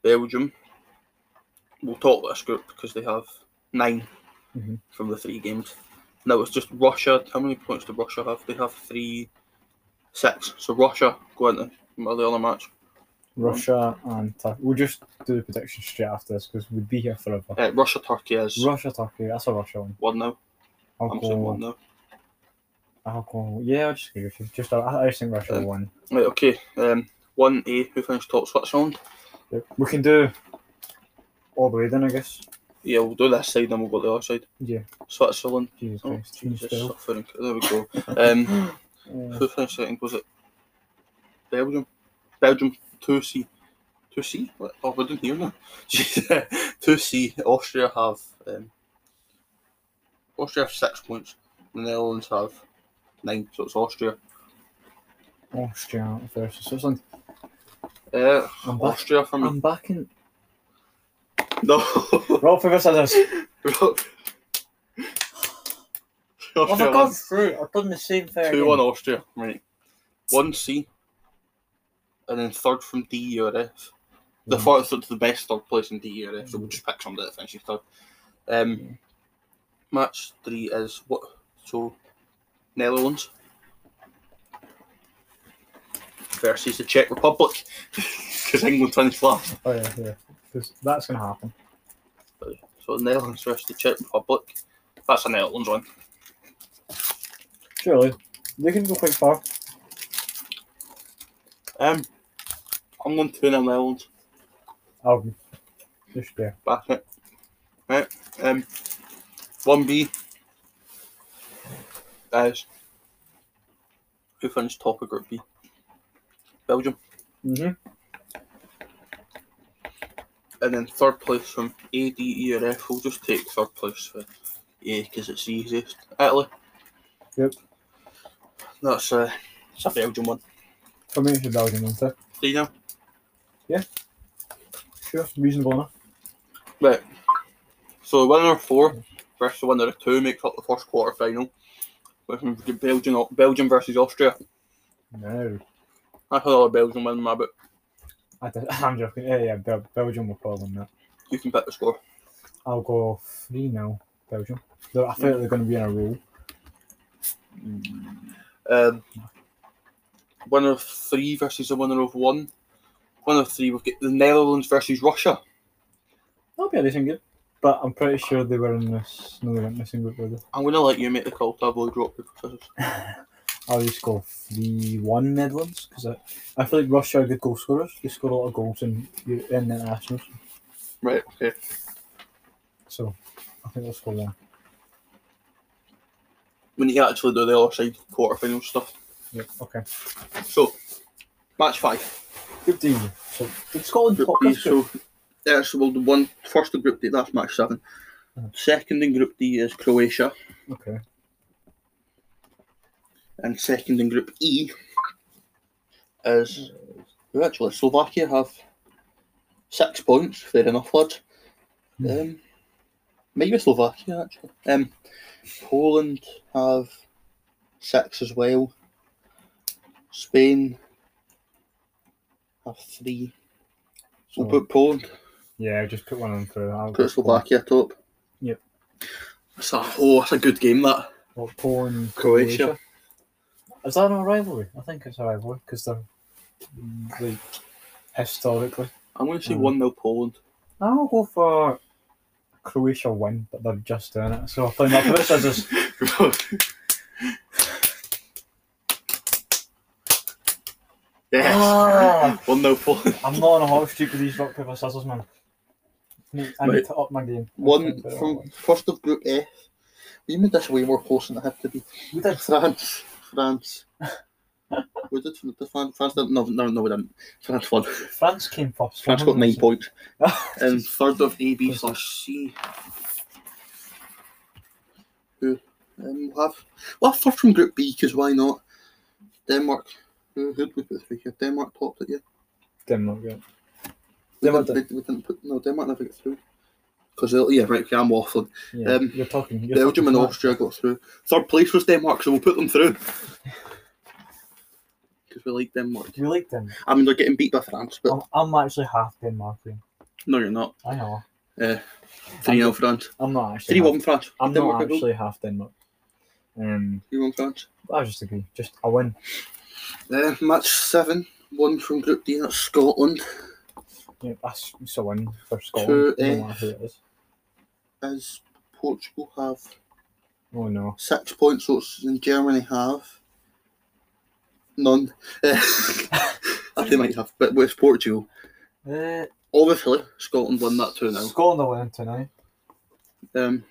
A: Belgium. We'll talk about this group because they have 9
B: Mhm.
A: from the three games. Now it's just Russia. How many points do Russia have? They have three, six. So Russia go into the other match.
B: Russia and Turkey. We'll just do the predictions straight after this because we'd be here forever.
A: Uh, Russia Turkey is
B: Russia, Turkey. That's a Russia one.
A: one now.
B: I'll
A: I'm saying
B: go.
A: one now.
B: Alcohol. Yeah, I just agree with you. Just I, I just think Russia
A: Uh,
B: will won.
A: Right, okay. Um, one A. Who finished top? Switzerland.
B: We can do all the way then, I guess.
A: Yeah, we'll do this side, then we'll go to the other side.
B: Yeah.
A: Switzerland.
B: Jesus
A: Oh,
B: Christ. Change
A: Just
B: spell.
A: suffering. There we go. Um,
B: Uh,
A: who finished second? Was it Belgium? Belgium two C, two C. What? Oh, I didn't hear that. [laughs] two C. Austria have um, Austria have six points. The Netherlands have nine. So it's Austria.
B: Austria versus Switzerland.
A: Uh,
B: I'm back.
A: Austria for me.
B: I'm back in.
A: no. [laughs]
B: Roll for scissors. I've
A: Austria
B: gone
A: won.
B: through. I've done the same thing.
A: Two one Austria. Right. One C. And then third from D or F. The
B: Yeah.
A: fourth to the best third place in the ERF, so we'll just pick somebody that finishes third. Um, match three is what? So, Netherlands versus the Czech Republic [laughs] because England finished last.
B: Oh yeah, yeah. 'Cause that's gonna happen.
A: So Netherlands versus the Czech Republic. That's a Netherlands one.
B: Surely. They can go quite far.
A: Um, I'm going 2 0 Netherlands.
B: Albion. Just there.
A: That's it. Right. Um, 1B is who finished top of Group B? Belgium.
B: Mm-hmm.
A: And then third place from A, D, E, or F. We'll just take third place for A because it's the easiest. Italy.
B: Yep.
A: That's uh, it's a Belgium one.
B: For me, it's a Belgian one, too.
A: Do you know?
B: Sure. Reasonable enough.
A: Right. So winner of four versus the winner of two makes up the first quarter final. Which means we get Belgium, Belgium versus Austria.
B: No.
A: That's another Belgium win in my book.
B: I did, [laughs] I'm joking. Yeah, yeah, Bel- Belgium will probably win that.
A: You can pick the score.
B: I'll go 3 now, Belgium. Though I think they're going to be in a roll.
A: Um, winner of three versus the winner of one. Winner of three would get the Netherlands versus Russia.
B: That'll be a decent game. But I'm pretty sure they were in this. No, they weren't missing group with it.
A: I'm gonna let you make the call to avoid rock paper scissors.
B: I'll just go 3 1 Netherlands. Because I, I feel like Russia are good goal scorers. They score a lot of goals in, in the internationals.
A: Right. Okay.
B: So I think they'll score one.
A: We need to actually do the other side quarterfinal stuff.
B: Yep, okay.
A: So, match five.
B: Good deal. So, did Scotland
A: Group
B: top
A: D.
B: this group?
A: So that's well, the one first in Group D. That's match seven. Hmm.
B: Mhm.
A: Second in Group D is Croatia,
B: Okay.
A: and second in Group E is well, actually Slovakia have six points. Fair enough, lad.
B: Mhm.
A: Um, maybe Slovakia actually. Um, Poland have six as well. Spain have three. So
B: So-
A: we'll put Poland
B: Yeah, just put one on through. I'll go
A: Put Slovakia top.
B: Yep.
A: That's a, oh, that's a good game, that.
B: Well, Poland,
A: Croatia.
B: Is that a rivalry? I think it's a rivalry because they're mm, like historically.
A: I'm going to say
B: Mm.
A: 1 0 Poland.
B: I'll go for uh, Croatia win, but they're just doing it. So I think that this is
A: [laughs]
B: just
A: yes.
B: Ah!
A: 1 0 Poland.
B: I'm not on a hot streak with these rock paper scissors, man. I need, I need
A: Right.
B: to up my game.
A: One from first of Group F. We made this way more close than it had to be.
B: we did.
A: France. France. [laughs] we did from the France. France didn't. No, no, no, we didn't. France won.
B: France came first.
A: France got 9 [laughs] points. Um, And
B: points.
A: third of A, B slash C. Who? Um, we'll have well third from Group B because why not? Denmark. Who who'd we put through here? Denmark topped it, yeah.
B: Denmark, yeah.
A: We
B: Denmark
A: didn't, we, we didn't put no Denmark never got through. Because yeah, right. Okay, I'm waffling.
B: yeah
A: Um,
B: you're talking. You're
A: Belgium and
B: talking
A: Austria got through. Third place was Denmark, so we'll put them
B: [laughs]
A: through. Because we like Denmark.
B: You like Denmark?
A: I mean, they're getting beat by France, but
B: I'm, I'm actually half Denmarkian.
A: no, you're not.
B: I know.
A: Three 0 France.
B: I'm not actually.
A: Three
B: half-
A: one France.
B: I'm
A: Denmark
B: not
A: got goal.
B: actually half Denmark. Um,
A: Three one France.
B: I just agree. Just I win.
A: Uh, match seven, one from Group D, that's Scotland,
B: Yeah, that's it's a win for Scotland.
A: Two,
B: It doesn't
A: eh.
B: matter who it is.
A: as Portugal have
B: Oh no.
A: six points, so it's- and Germany have none. [laughs] Uh, I think they might have, but with Portugal,
B: Uh,
A: obviously Scotland won that two now.
B: Scotland are winning tonight.
A: Um,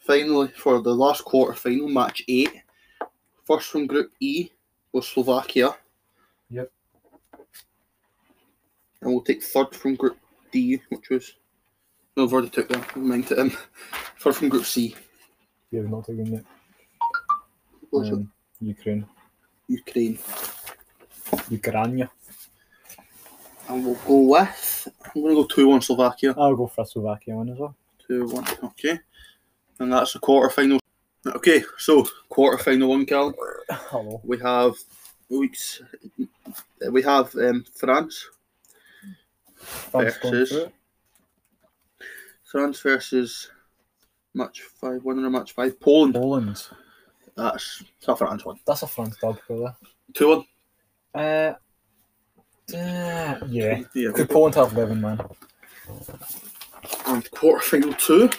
A: finally, for the last quarter final, match eight, first from Group E was Slovakia.
B: Yep.
A: And we'll take third from Group D, which was. No, I've already took them. Never mind. Um, third from Group C
B: Yeah, we're not taking it.
A: was
B: Um, Ukraine,
A: Ukraine.
B: Ukraine.
A: And we'll go with. I'm going to go 2 1 Slovakia.
B: I'll go for Slovakia one as [laughs] well.
A: 2 1. Okay. And that's the quarter final. Okay, so quarter final one, Cal.
B: Hello.
A: We have weeks. We have um, France.
B: France going
A: Versus-
B: through. it.
A: France versus match five. Winner of match five. Poland.
B: Poland.
A: That's it's a France one.
B: That's a France dub, really.
A: Two one.
B: Uh, uh, yeah.
A: Yeah.
B: Could Poland have eleven man?
A: Um, And quarter final two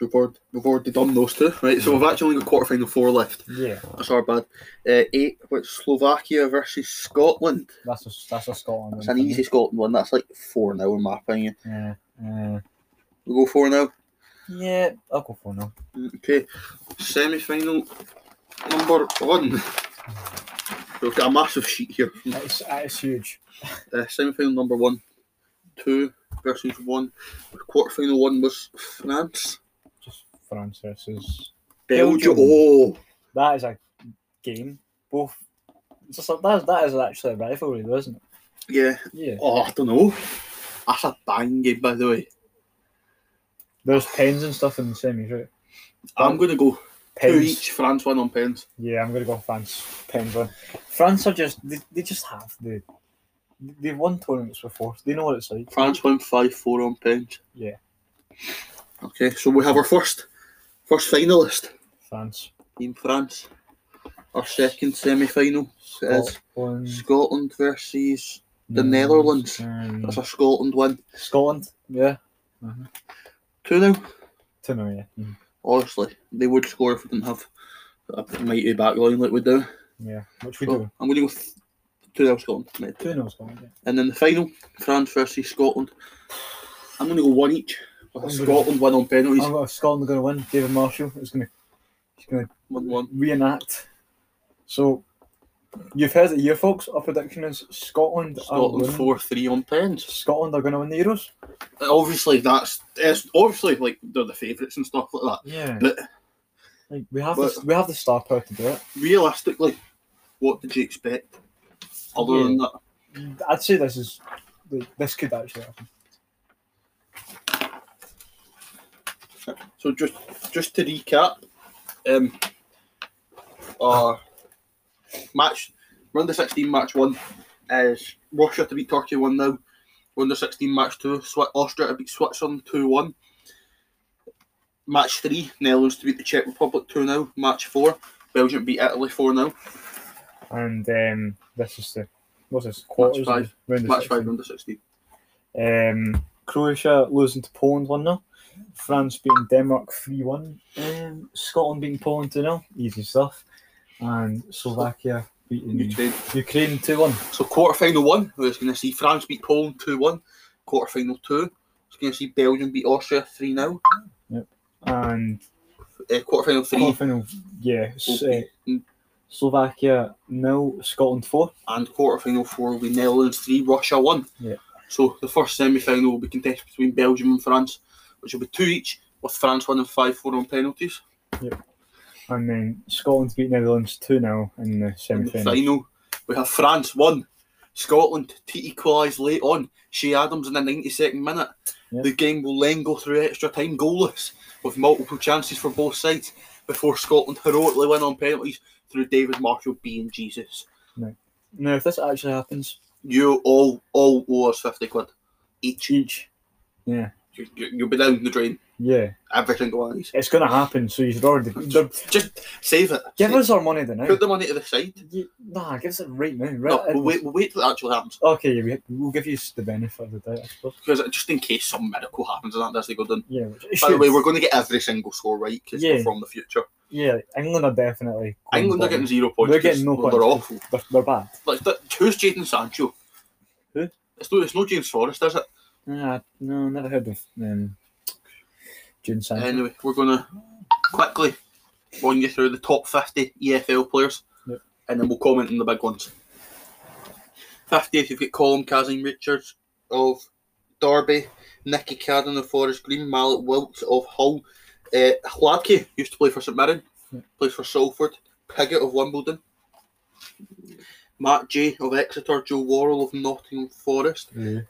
A: We've already, we've already done those two, right? So we've actually only got quarter final four left.
B: Yeah,
A: That's our bad. Uh, eight, which Slovakia versus Scotland.
B: that's a, that's a Scotland.
A: That's
B: win
A: an
B: for me.
A: easy Scotland one. That's like four now, in my opinion.
B: Yeah, uh,
A: We go four now.
B: yeah, I'll go for no.
A: Okay, semi final number one. We've got a massive sheet here.
B: It's it's huge.
A: Uh, semi final number one, two versus one. Quarter final one was France.
B: Just France versus
A: Belgium.
B: Belgium.
A: Oh,
B: that is a game. Both. It's just like, that, that is actually a rivalry, though, isn't it?
A: yeah.
B: Yeah.
A: Oh, I don't know. That's a bang game, by the way.
B: There's pens and stuff in the semis, right? Oh,
A: I'm going to go two each. France one on pens.
B: Yeah, I'm gonna go France. Pens win. France are just they, they just have the they've won tournaments before. so they know what it's like.
A: France won five four on pens.
B: Yeah.
A: Okay, so we have our first first finalist
B: France.
A: in France. Our second semi final is
B: Scotland.
A: Scotland versus the Netherlands.
B: um,
A: that's a Scotland win.
B: Scotland. Yeah.
A: Two now.
B: Two nil, yeah. Mhm.
A: Honestly, they would score if we didn't have a mighty back line like we do.
B: Yeah. Which we
A: So,
B: do.
A: I'm going to go th- two now Scotland. mate.
B: Two nil Scotland. Yeah.
A: And then the final, France versus Scotland. I'm going to go one each. With a
B: I'm gonna-
A: Scotland win on penalties.
B: I've got Oh, Scotland are gonna win. David Marshall is gonna he's gonna
A: One one.
B: reenact. So you've heard it here, folks. Our prediction is Scotland. are
A: Scotland
B: winning.
A: four three on pens.
B: Scotland are gonna win the Euros.
A: Obviously, that's it's obviously like they're the favourites and stuff like that.
B: Yeah.
A: But
B: Like, we have
A: But-
B: the, we have the star power to do it.
A: realistically, what did you expect? Other than that,
B: I'd say this is this could actually happen.
A: so just just to recap, um, our match round of sixteen match one is Russia to beat Turkey one 0 Round of sixteen match two, Swi- Austria to beat Switzerland two one. Match three, Netherlands to beat the Czech Republic two 0 Match four, Belgium beat Italy four 0
B: And um, this is the what's this quarters
A: five.
B: round of
A: Match five,
B: 16.
A: round of sixteen.
B: Um, Croatia losing to Poland one 0 France beating Denmark three one. Um, Scotland beating Poland two 0 Easy stuff. And Slovakia beating
A: Ukraine.
B: Ukraine two one.
A: So quarter final one, we're going to see France beat Poland two one. Quarter final two, we're going to see Belgium beat Austria three 0
B: And
A: uh, Quarter final three mm.
B: quarterfinal, yeah, s-
A: will
B: uh,
A: be-
B: Slovakia nil, Scotland four.
A: and quarter final four will be Netherlands three, Russia one.
B: Yeah.
A: So the first semi final will be contested between Belgium and France, which will be two each, with France winning five four on penalties.
B: And then Scotland beat Netherlands two 0 in the
A: In
B: semi
A: the
B: final.
A: final, we have France one, Scotland to equalise late on. Shea Adams in the ninety second minute.
B: Yeah.
A: The game will then go through extra time goalless with multiple chances for both sides before Scotland heroically win on penalties through David Marshall being Jesus.
B: Now, if this actually happens,
A: You all all owe us fifty quid each.
B: each. Yeah,
A: You, you, you'll be down the drain.
B: yeah.
A: Every single one of these.
B: It's gonna happen. So you should already they're-
A: Just save it.
B: give
A: Save-
B: us our money then. eh?
A: Put the money to the side.
B: Nah, give us it right now. Right.
A: No, we'll
B: at this-
A: Oh, wait, we'll wait till it actually happens
B: Okay, yeah, we, we'll give you the benefit of the doubt, I suppose.
A: because just in case some miracle happens and that does they go down.
B: Yeah. Which it
A: By the
B: should.
A: way, we're going to get every single score right because we're
B: Yeah.
A: from the future.
B: yeah, England are definitely. going
A: England are
B: bottom.
A: getting zero points.
B: They're getting no
A: They're- They're
B: points.
A: awful.
B: They're, they're bad.
A: Like, th- who's Jaden Sancho?
B: Who?
A: It's no, it's no James Forrest, is it?
B: Nah, no, never heard of um, June Sancho.
A: Anyway, we're going to quickly run you through the top 50 EFL players
B: Yep.
A: and then we'll comment on the big ones. 50th, you've got Colin Kazim Richards of Derby, Nicky Cadden of Forest Green, Mallet Wilkes of Hull, uh, Hladke used to play for St Mirren,
B: Yep.
A: plays for Salford, Piggott of Wimbledon, Mark J of Exeter, Joe Worrell of Nottingham Forest.
B: Yeah.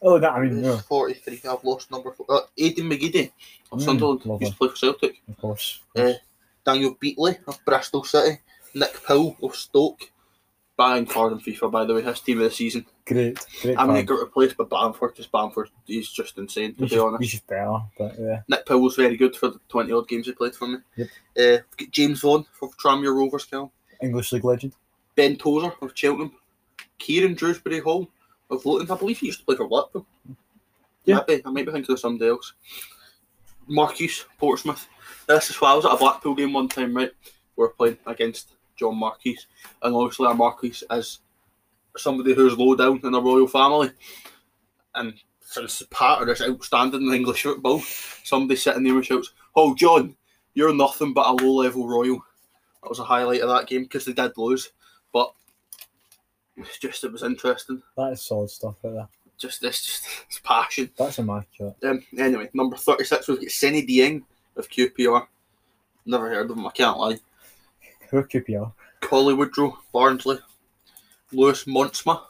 B: Oh, no, I mean,
A: It's
B: no,
A: 43. I've lost number four. Uh, Aidan McGeady of
B: Mm,
A: Sunderland
B: lovely.
A: used to play for Celtic.
B: of course.
A: Uh, Daniel Beatley of Bristol City. Nick Powell of Stoke. Bang Card and FIFA, by the way, his team of the season.
B: Great, great.
A: I'm going
B: fan.
A: to get replaced by Bamford because Bamford is just insane, to
B: He's
A: be
B: just,
A: honest.
B: he's just better, but yeah.
A: Nick Powell's very good for the 20 odd games he played for me.
B: Yep.
A: Uh, we've got James Vaughan from Tranmere Rovers, Cal.
B: English League legend.
A: Ben Tozer of Cheltenham. Kieran Drewsbury Hall of Luton. I believe he used to play for Blackpool.
B: Yeah.
A: Might be- I might be thinking of somebody else. Marquis, Portsmouth. This is why I was at a Blackpool game one time, right? We are playing against John Marquis. And obviously, our Marquis is somebody who's low down in the royal family. And since part of this outstanding in English football, somebody sitting there and shouts, Oh, John, you're nothing but a low level royal. That was a highlight of that game because they did lose. But it's just, it was interesting.
B: That is solid stuff right there.
A: Just this, just [laughs] this passion.
B: That's uh, immaculate.
A: Um, anyway, number 36 was Senny Dieng of QPR. Never heard of him, I can't lie.
B: Who are QPR?
A: Collie Woodrow, Barnsley, Lewis Monsma.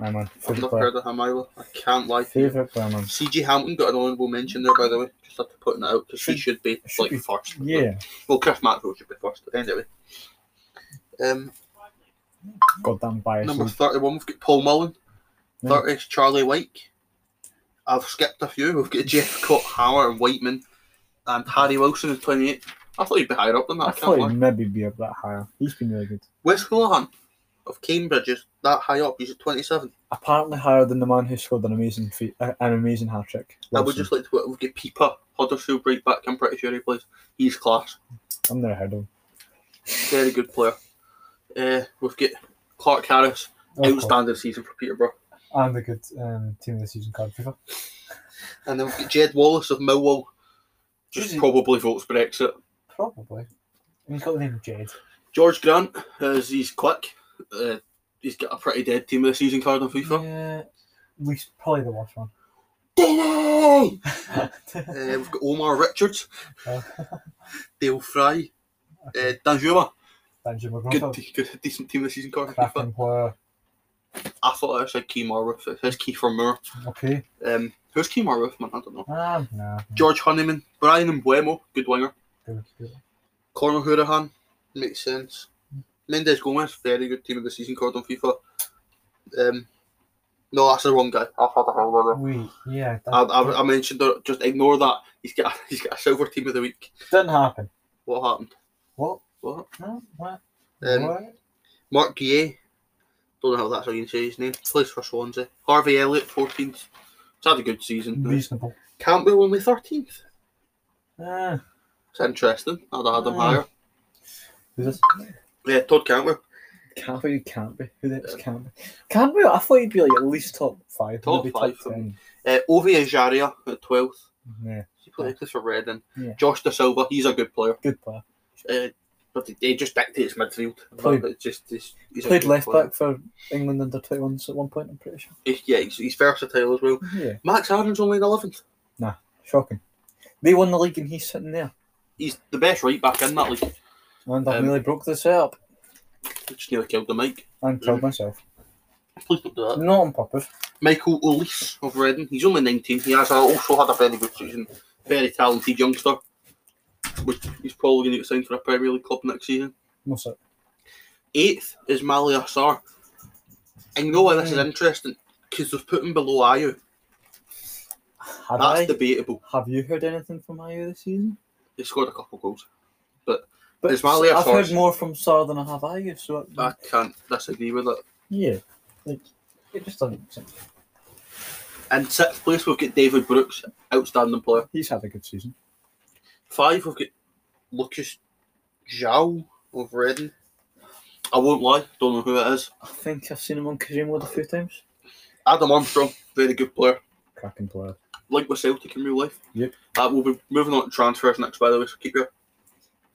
B: Aye, man.
A: I've
B: Favourite
A: never
B: player.
A: heard of him either. I can't lie.
B: Favourite player, man.
A: CG Hampton got an honourable mention there, by the way. Just had to put it out because he
B: Should-
A: should be
B: should
A: like
B: be-
A: first.
B: Yeah.
A: Well, Chris Maxwell should be first. But anyway. Um,
B: Goddamn bias.
A: number 31, we've got Paul Mullen.
B: Yeah.
A: 30 is Charlie Wyke. I've skipped a few. We've got
B: [laughs]
A: Jeff Cott, Howard, and Whiteman. And Harry Wilson is 28. I thought he'd be higher up than that.
B: I
A: I can't
B: thought
A: lie.
B: he'd maybe be a bit higher. He's been really good.
A: Wes Houlihan of Cambridge is that high up. He's at 27.
B: Apparently higher than the man who scored an amazing feat, uh, an amazing hat trick.
A: I would just like to put, we've got Peeper, Huddersfield right back. I'm pretty sure he plays. He's class.
B: I've never heard of him.
A: Very good player. Uh, we've got Clark Harris.
B: Of course.
A: Outstanding season for Peterborough.
B: And a good um, team of the season card FIFA.
A: And then we've got Jed Wallace of Millwall. Just
B: Jersey.
A: probably votes Brexit.
B: Probably. And he's got the name of Jade.
A: George Grant, as he's quick, uh, he's got a pretty dead team of the season card on FIFA.
B: Yeah. Least probably the
A: [laughs]
B: worst one. [laughs]
A: Diddy!
B: uh,
A: Uh, we've got Omar Richards,
B: Oh.
A: Dale Fry, uh, Dan Juma.
B: Benjamin
A: Good,
B: McGruffin.
A: te- good, decent team of the season card on FIFA.
B: Cracking player.
A: I thought I said Key Marwith. It says Key for Moore.
B: Okay.
A: Um, who's Key Marwith, man? I don't know.
B: Ah, nah.
A: George Honeyman, Brian and Buemo, good winger.
B: Good, good.
A: Conor Hourihan, makes sense. Mendes Gomez, very good team of the season card on FIFA. Um, no, that's the wrong guy. I've had a whole lot of
B: Wait, yeah. That
A: I, I, I mentioned it. Just ignore that. He's got [laughs] he's got a silver team of the week.
B: didn't happen.
A: What happened?
B: What?
A: What?
B: No, what?
A: Um,
B: what?
A: Mark Guillet. Don't know how that's how you say his name. Plays for Swansea. Harvey Elliott, 14th. He's had a good season.
B: Reasonable.
A: Campbell only 13th.
B: Ah,
A: It's interesting. I'd have had him
B: Hmm.
A: higher.
B: who's this?
A: Yeah, Todd Campbell.
B: Can't be, can't be. Who the heck's can't be? Can't be? I thought he'd be like at least top five.
A: Top
B: maybe
A: five for
B: Top ten.
A: Uh, Ovie Ejaria at 12th.
B: Yeah,
A: He plays for Reading.
B: Yeah.
A: Josh De Silva, he's a good player.
B: good player.
A: Uh, but he, he just dictates midfield.
B: Played-
A: It's just, he's, he's a
B: Played
A: good
B: left
A: player.
B: back for England under 21s at one point, I'm pretty sure.
A: He's- yeah, he's, he's versatile as well.
B: Yeah,
A: Max Aaron's only in 11th.
B: shocking. They won the league and he's sitting there.
A: He's the best right back in that league.
B: And I
A: Um,
B: nearly broke this up
A: I just nearly killed the mic.
B: and
A: mm.
B: killed myself.
A: Please don't do that.
B: Not on purpose.
A: Michael Olise of Reading. He's only 19. He has uh, also had a very good season. Very talented youngster. Which he's probably going to get signed for a Premier League club next season.
B: What's it?
A: Eighth is Mali Assar. I know why
B: Hmm.
A: this is interesting because they've put him below Ayu.
B: Have,
A: That's
B: I,
A: debatable.
B: have you heard anything from Ayu this season?
A: He scored a couple goals.
B: But
A: Is Mali a
B: I've
A: source?
B: heard more from Sar than I have Ayu, so
A: I can't disagree with it.
B: yeah, like it just doesn't make sense.
A: In sixth place, we've got David Brooks, outstanding player.
B: He's had a good season.
A: Five, we've got Lucas Zhao of Reading. I won't lie, don't know who it is.
B: I think I've seen him on Kazimwood a few times.
A: Adam Armstrong, very good player.
B: Cracking player.
A: Like with Celtic in real life.
B: Yep.
A: Uh, we'll be moving on to transfers next, by the way, so keep your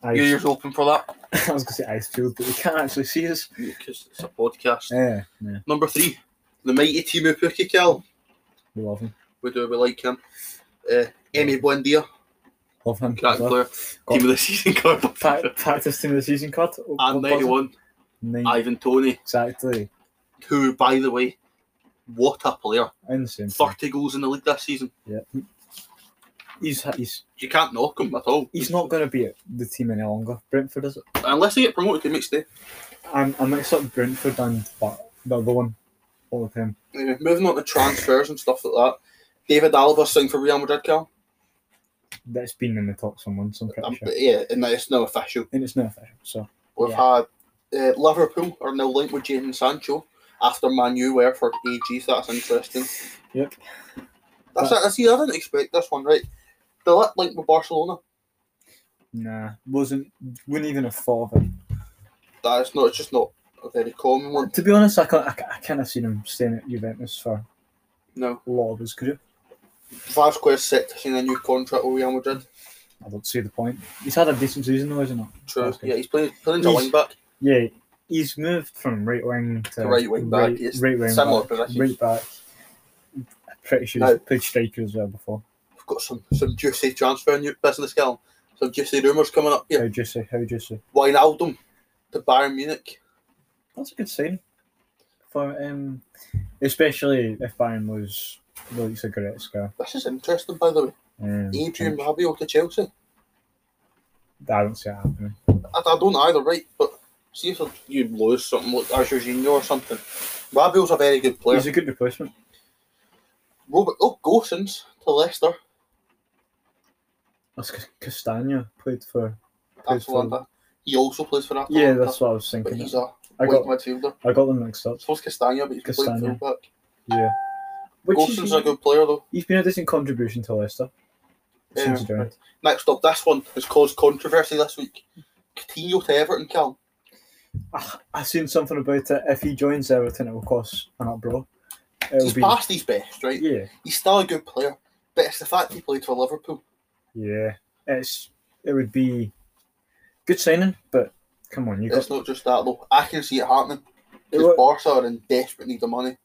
B: Ice.
A: ears open for that.
B: [laughs] I was gonna say Icefield, but we can't actually see us.
A: Because it's a podcast.
B: Yeah, yeah,
A: Number three, the mighty Timu Pukikel.
B: we love him.
A: We do, we like him. Uh, Emi Buendia,
B: Love him.
A: crack
B: Love-
A: player. Team of the season [laughs] card.
B: Ta- Tactics team of the season card. Oh,
A: [laughs] And
B: what was it?
A: 91,
B: Nine.
A: Ivan Tony,
B: Exactly.
A: who, by the way, what a player.
B: Insane.
A: 30 goals in the league this season.
B: He's he's
A: You can't knock him at all.
B: he's not gonna be at the team any longer. Brentford is it?
A: Unless they get promoted to mixed day.
B: I'm I mix up Brentford and but the other one all the time.
A: Anyway, moving on to transfers and stuff like that. David Alaba signed for Real Madrid, Cal.
B: That's been in the talks someone, so I'm pretty
A: Um,
B: sure.
A: Yeah, and it's no official.
B: And it's not official, so
A: We've had uh, Liverpool are now linked with Jadon Sancho after Man U were for AG, so that's interesting.
B: Yep.
A: That's it. I see. I didn't expect this one, right? They looked like with Barcelona.
B: Nah, wasn't wouldn't even have thought of it.
A: That's not. It's just not a very common one.
B: To be honest, I can't. I, ca- I kind of seen him staying at Juventus for
A: No.
B: a lot of his career.
A: Vasquez set to sign a new contract with Real Madrid.
B: I don't see the point. He's had a decent season though, isn't it?
A: True.
B: Vasquez.
A: Yeah, he's playing playing as a
B: He's
A: wing back.
B: Yeah, he's moved from right wing to
A: To right wing back,
B: Right,
A: yes.
B: right wing
A: Similar
B: back,
A: positions.
B: Right back. I'm pretty sure
A: No.
B: he's played striker as well before.
A: We've got some some juicy transfer new business going. Some juicy rumours coming up
B: Yeah.
A: here.
B: How do you say? How do you say?
A: Wijnaldum to Bayern Munich.
B: That's a good sign. For um, especially if Bayern was like a Goretzka.
A: This is interesting, by the way.
B: Um,
A: Adrian Rabiot to Chelsea.
B: I don't see it happening.
A: I, I don't either, right? But see if you lose something like Jorginho or something. Rabiot's a very good player.
B: He's a good replacement.
A: Robert oh Gosens to Leicester.
B: That's C- Castagna played for. Plays for-
A: Atalanta. He also plays for Atalanta.
B: Yeah, that's what I was
A: but
B: thinking.
A: he's a
B: I
A: wing
B: got
A: midfielder.
B: I got them mixed up.
A: So was Castagna, but he's playing
B: Castagna.
A: fullback.
B: Yeah. Which is-
A: Gosens is a good player though.
B: he's been a decent contribution to Leicester since he
A: Yeah.
B: joined.
A: Next up, this one has caused controversy this week. Coutinho to Everton, Cal.
B: I, Ah, I seen something about it. If he joins Everton, it will cost an uproar. It'll
A: He's
B: be
A: past his best, right?
B: yeah,
A: He's still a good player, but it's the fact he played for Liverpool.
B: yeah. It's it would be good signing, but come on, you got
A: It's not just that though. I can see it happening.
B: It wa-
A: Because Barca are in desperate need of money.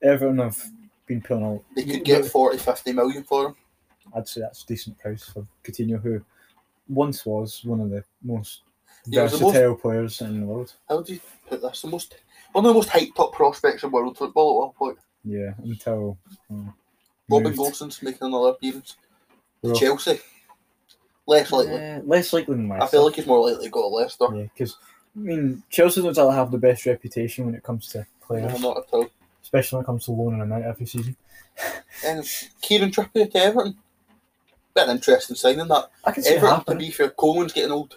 B: Everton have been putting out.
A: They could get 40, 50 million for him.
B: I'd say that's a decent price for Coutinho, who once was one of the most
A: He was the most-
B: versatile players in the world.
A: How do you put this? The most one of the most hyped up prospects in world football at one point.
B: Yeah, until uh,
A: Robin
B: moved.
A: Gosens making another appearance.
B: Well,
A: Chelsea. Less likely.
B: eh, less likely than Leicester.
A: I feel like he's more likely to go to Leicester.
B: Yeah, because I mean Chelsea don't really have the best reputation when it comes to
A: No,
B: players,
A: not at all.
B: especially when it comes to loaning them out every season.
A: And Kieran Trippier to Everton. Bit an interesting signing that.
B: I can see it
A: Everton, to
B: happening.
A: be fair, Coleman's getting old.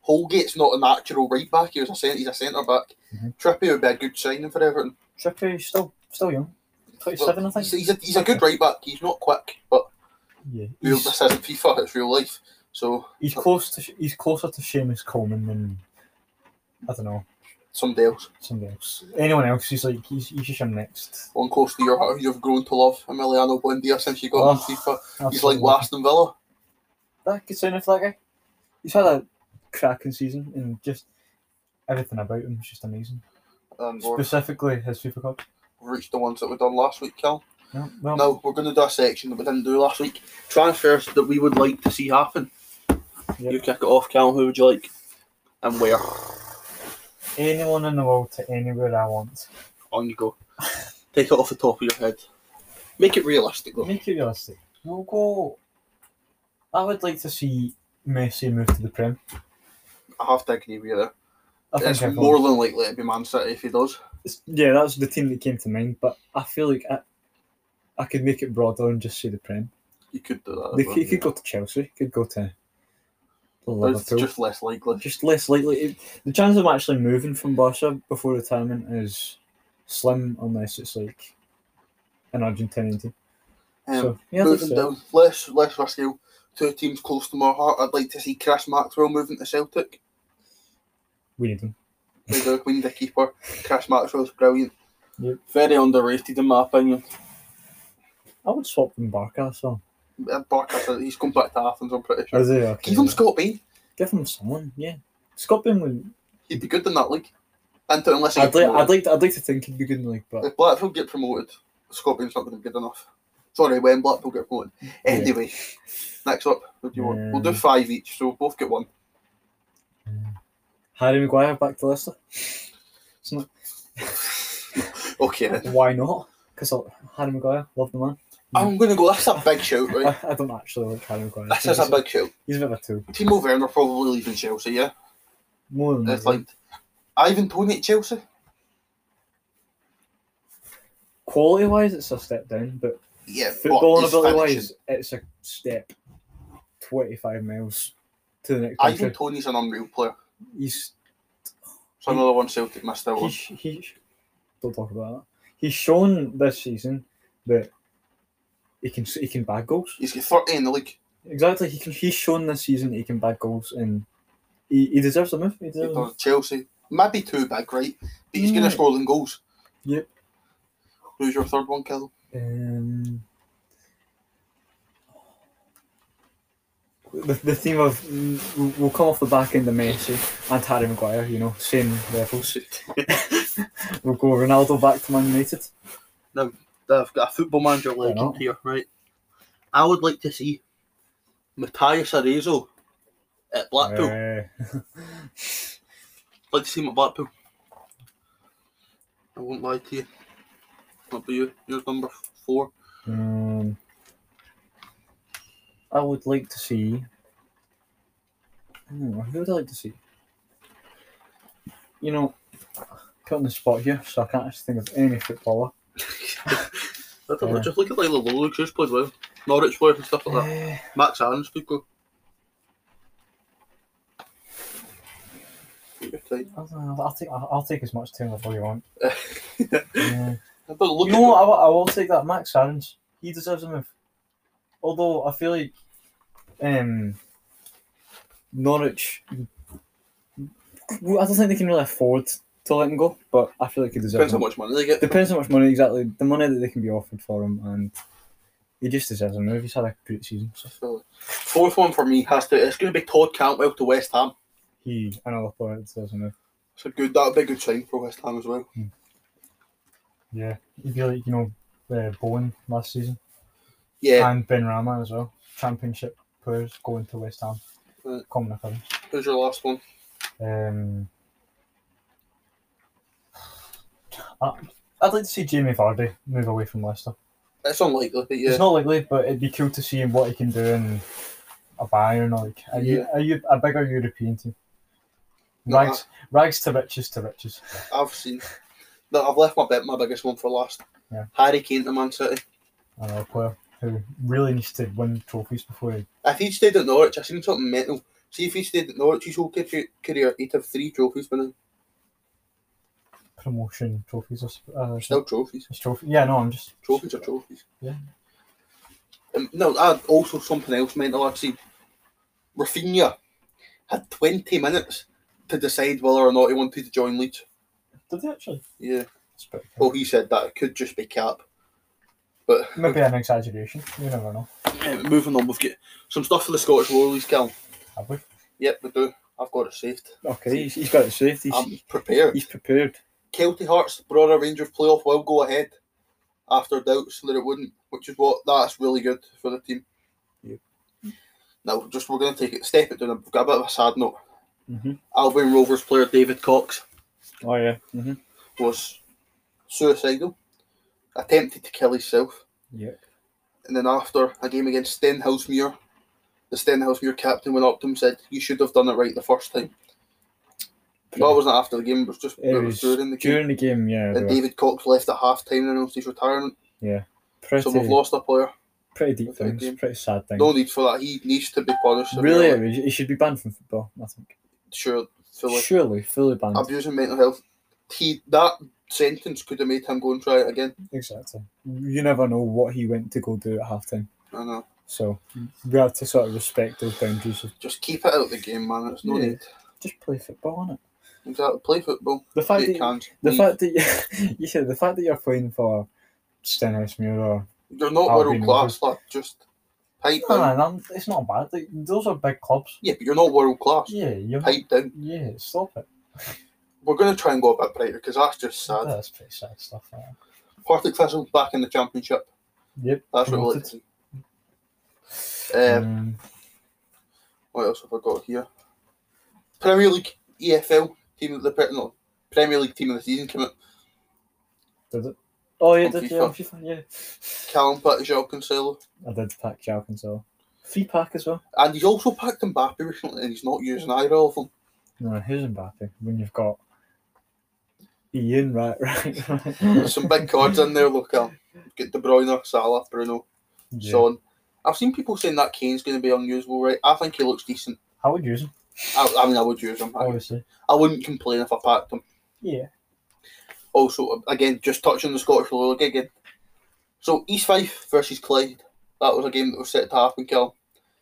A: Holgate's not a natural right back. He was a cent- he's a centre back.
B: Mhm.
A: Trippier would be a good signing for Everton.
B: Trippier is still still young, twenty seven, I
A: He's,
B: think.
A: he's, a, he's a good right back. He's not quick, but
B: Yeah,
A: real,
B: he's,
A: this isn't FIFA. It's real life. So
B: he's close to Sh- he's closer to Seamus Coleman than I don't know
A: somebody else
B: somebody else, anyone else. He's like he's he's just him next.
A: on close to your heart. who You've grown to love Emiliano Buendia since you got
B: Oh,
A: on FIFA. He's like
B: Absolutely.
A: Aston Villa.
B: That could sound if that guy. He's had a cracking season and just everything about him is just amazing.
A: And we're-
B: Specifically his FIFA Cup.
A: we've um, reached the ones that we done last week, Cal.
B: Yeah, well,
A: No, we're going to do a section that we didn't do last week. Transfers that we would like to see happen.
B: Yep.
A: You kick it off, Cal. Who would you like? And where?
B: anyone in the world to anywhere I want.
A: On you
B: [laughs]
A: go. Take it off the top of your head. Make it realistic, though.
B: Make it realistic. We'll go. I would like to see Messi move to the Prem.
A: I have to agree with you there.
B: I think
A: It's
B: everyone-
A: more than likely to be Man City if he does.
B: It's- Yeah, that's the team that came to mind, but I feel like I, I could make it broader and just say the Prem.
A: You could do that.
B: They,
A: as
B: c-
A: well,
B: he could go to Chelsea, could go to
A: yeah. But it's
B: Liverpool. Just,
A: just less likely.
B: less likely. it- the chance of him actually moving from Barca before retirement is slim, unless it's like an Argentinian team.
A: Um,
B: so, yeah, that's
A: moving
B: it.
A: down, less less risky. Two teams close to my heart. I'd like to see Chris Maxwell moving to Celtic.
B: we need him.
A: They do. We need a keeper. Chris Maxwell's brilliant.
B: Yep.
A: Very underrated in my opinion.
B: I would swap them Barca, so.
A: Uh, Barker said he's going back to Athens. I'm pretty sure.
B: Is he? Okay,
A: Give him
B: yeah.
A: Scott Bain.
B: Give him someone, yeah. Scotland would.
A: He'd be good in that league. And unless he
B: I'd
A: gets
B: like, I'd
A: promoted.
B: like, to, I'd like to think he'd be good in the league, but
A: if Blackpool get promoted, Scott Bain's not going to be good enough. Sorry, when Blackpool get promoted. Anyway, next up, what do you want? We'll do
B: Um,
A: five each, so we'll both get one.
B: Harry Maguire back to Leicester. It's not-
A: Okay. Then.
B: why not? Because Harry Maguire, love the man.
A: I'm going to go. That's a big shout,
B: [laughs]
A: right?
B: I, I don't actually like Harry Maguire.
A: This is a big shout.
B: He's a bit of a two.
A: Timo Werner probably leaving Chelsea. Yeah,
B: More than
A: it's
B: that.
A: like Ivan Tony at Chelsea.
B: quality wise, it's a step down, but
A: Yeah, but
B: footballing
A: he's
B: ability
A: finishing.
B: wise, it's a step twenty-five miles to the next
A: Ivan
B: country.
A: Tony's an unreal player.
B: He's
A: It's
B: Mm-hmm.
A: another one Celtic missed out
B: he,
A: on.
B: sh- he sh- don't talk about that. He's shown this season that he can s- he can bag goals.
A: He's got 30 in the league.
B: exactly. He can, he's shown this season he can bag goals, and he, he deserves a move. He deserves a move.
A: Or Chelsea. Might be too big, right? But he's going to
B: Yeah.
A: score them goals.
B: Yep.
A: Who's your third one, Kill?
B: Um, the, the theme of mm, we'll- we'll come off the back end of Messi and Harry Maguire, you know, same levels. [laughs] we'll go Ronaldo back to Man United.
C: I've got a football manager
B: not?
C: legend here, right? I would like to see Matthias Arezzo at Blackpool.
B: Eh,
C: I'd like to see him at Blackpool. I won't lie to you. That'll be you. You're number four.
B: um, I would like to see. Hmm, who would I like to see? You know, put on the spot here, so I can't actually think of any footballer.
C: I don't know.
B: Yeah.
C: Just look at like Lolo, who's played well. Norwich players and stuff like that.
B: Eh,
C: Max Aaron's could go.
A: You're tight.
B: I don't know, I'll take I'll, I'll take as much time as you want. Yeah.
A: I don't look
B: you know what?
A: at
B: I, will- I will take that Max Aarons. He deserves a move. Although I feel like um, Norwich, well, I don't think they can really afford to let him go. But I feel like he deserves.
A: Depends
B: a
A: how
B: move.
A: much money they get.
B: Depends how much money exactly the money that they can be offered for him, and he just deserves a move. He's had a good season. So
A: So,
C: Fourth one for me has to. It's going to be Todd Cantwell to West Ham.
B: he another player that deserves a move.
A: it's a good, that'd be a good sign for West Ham as well.
B: Yeah, he'd be like you know uh, Bowen last season
A: Yeah.
B: and Ben Rama as well. Championship players going to West Ham.
A: Right.
B: Common occurrence.
A: Who's your last one?
B: Um, I- I'd like to see Jamie Vardy move away from Leicester.
A: It's unlikely, but yeah.
B: It's not likely, but it'd be cool to see what he can do in a Bayern or like a, Eu- a, Eu- a bigger European team.
A: No,
B: Rags, rags to riches to riches.
A: I've seen. No, I've left my bit, my biggest one for last.
B: Yeah.
A: Harry Kane to Man City.
B: Another player who really needs to win trophies before he.
A: If he'd stayed at Norwich, I've seen something mental. See if he stayed at Norwich his whole ca- career, he'd have three trophies winning.
B: Promotion trophies or sp- uh,
A: Still trophies.
B: it's trophy. Yeah, no, I'm just
A: Trophies are trophies.
B: Yeah.
A: Um, no, I also something else mental I've seen. Rafinha had 20 minutes to decide whether or not he wanted to join Leeds.
B: did they actually?
A: Yeah.
B: It's pretty
A: Well,
B: cool.
A: he said that it could just be cap. But
B: Maybe an exaggeration. You never know.
C: Um, moving on, we've got some stuff for the Scottish Lowlies, Cal.
B: Have we?
A: yep, we do. I've got it saved.
B: Okay, he's, he's got it saved.
A: I'm prepared.
B: he's prepared.
A: Kelty Hearts Brother Rangers playoff will go ahead after doubts that it wouldn't, which is what that's really good for the team.
B: Yep.
A: Now, just we're going to take it, step it down. I've got a bit of a sad note.
B: Mm-hmm.
A: Albion Rovers player David Cox
B: Oh yeah. Mm-hmm.
A: was suicidal, attempted to kill himself,
B: Yeah.
A: and then after a game against Stenhousemuir, the Stenhousemuir captain went up to him and said, "You should have done it right the first time." No, it wasn't after the game. It was just
B: It
A: it
B: was
A: was during the game.
B: during the game. Yeah, they
A: and
B: were
A: David Cox left at half time and announced his retirement.
B: pretty,
A: So we've lost a player.
B: pretty deep
A: pretty
B: things,
A: game.
B: pretty sad things.
A: No need for that. He needs to be punished.
B: really,
A: severely.
B: it should be banned from football. I think
A: Sure, fully.
B: surely fully banned.
A: Abusing mental health. He that sentence could have made him go and try it again.
B: exactly. You never know what he went to go do at halftime.
A: I know.
B: So we have to sort of respect those boundaries. Of
A: Just keep it out of the game, man. It's no
B: Yeah.
A: need.
B: just play football on it.
A: Exactly. Play football.
B: The fact
A: It
B: that
A: can't.
B: the
A: be.
B: fact that you [laughs] said the fact that you're playing for Stenhousemuir or
A: They're not
B: I'll
A: world
B: be
A: class, lad. Just pipe down.
B: no, no, it's not bad. Like, those are big clubs.
A: Yeah, but you're not world class.
B: Yeah, you.
A: Pipe down.
B: Yeah, stop it.
A: We're going to try and go a bit brighter because that's just sad.
B: That's pretty sad stuff. that.
A: Partick Thistle back in the championship.
B: Yep.
A: That's what we'll like to see. Um,
B: Um,
A: What else have I got here? Premier League EFL team of the pre- no, Premier League team of the season came out.
B: Did it? Oh yeah,
A: On
B: did
A: FIFA.
B: yeah, on FIFA, yeah.
A: Callum packed Jacques Cancelo.
B: I did pack Jao Cancelo. Free pack as well.
A: And he's also packed Mbappe recently and he's not using either of them.
B: No, here's Mbappe when you've got Ian, right, [laughs] right, right.
A: There's some big cards in there, look at Get De Bruyne, Salah, Bruno,
B: Yeah.
A: Son. I've seen people saying that Kane's going to be unusable, right? I think he looks decent.
B: I would use him,
A: I, I mean, I would use him. I,
B: obviously.
A: I wouldn't complain if I packed him.
B: Yeah.
A: Also, again, just touching the Scottish Lower League again. So, East Fife versus Clyde. That was a game that was set to happen, Cal.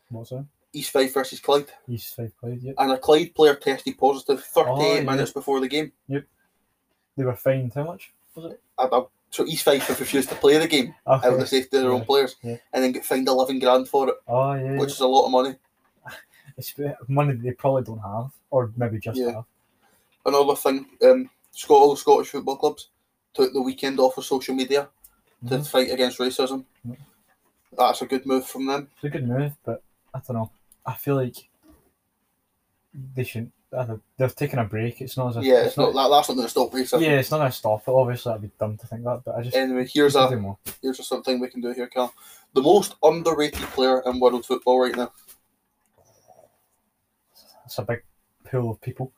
B: What's that?
A: East Fife versus Clyde,
B: East Fife Clyde, yep.
A: and a Clyde player tested positive 38
B: Oh, yeah.
A: minutes before the game.
B: They were fined how much was it?
A: I- I- so East Fife have refused to play the
B: [laughs]
A: game out of the
B: Okay.
A: safety of their own
B: Yeah.
A: players,
B: Yeah.
A: and then get fined 11 grand for it,
B: Oh yeah.
A: which is a lot of money.
B: It's uh, money they probably don't have, or maybe just
A: Yeah.
B: have.
A: Another thing, um, Scot- all Scottish football clubs took the weekend off of social media to
B: Mhm.
A: fight against racism.
B: Mhm.
A: That's a good move from them.
B: It's a good move, but I don't know. I feel like they shouldn't. I don't know, they've taken a break. It's not as if,
A: Yeah, it's not that, that's not going to stop racism.
B: yeah, it's not gonna stop it. Obviously, that'd be dumb to think that, but I just
A: Anyway, here's
B: I do
A: a
B: more.
A: here's just something we can do here, Cal. The most underrated player in world football right now.
B: It's a big pool of people.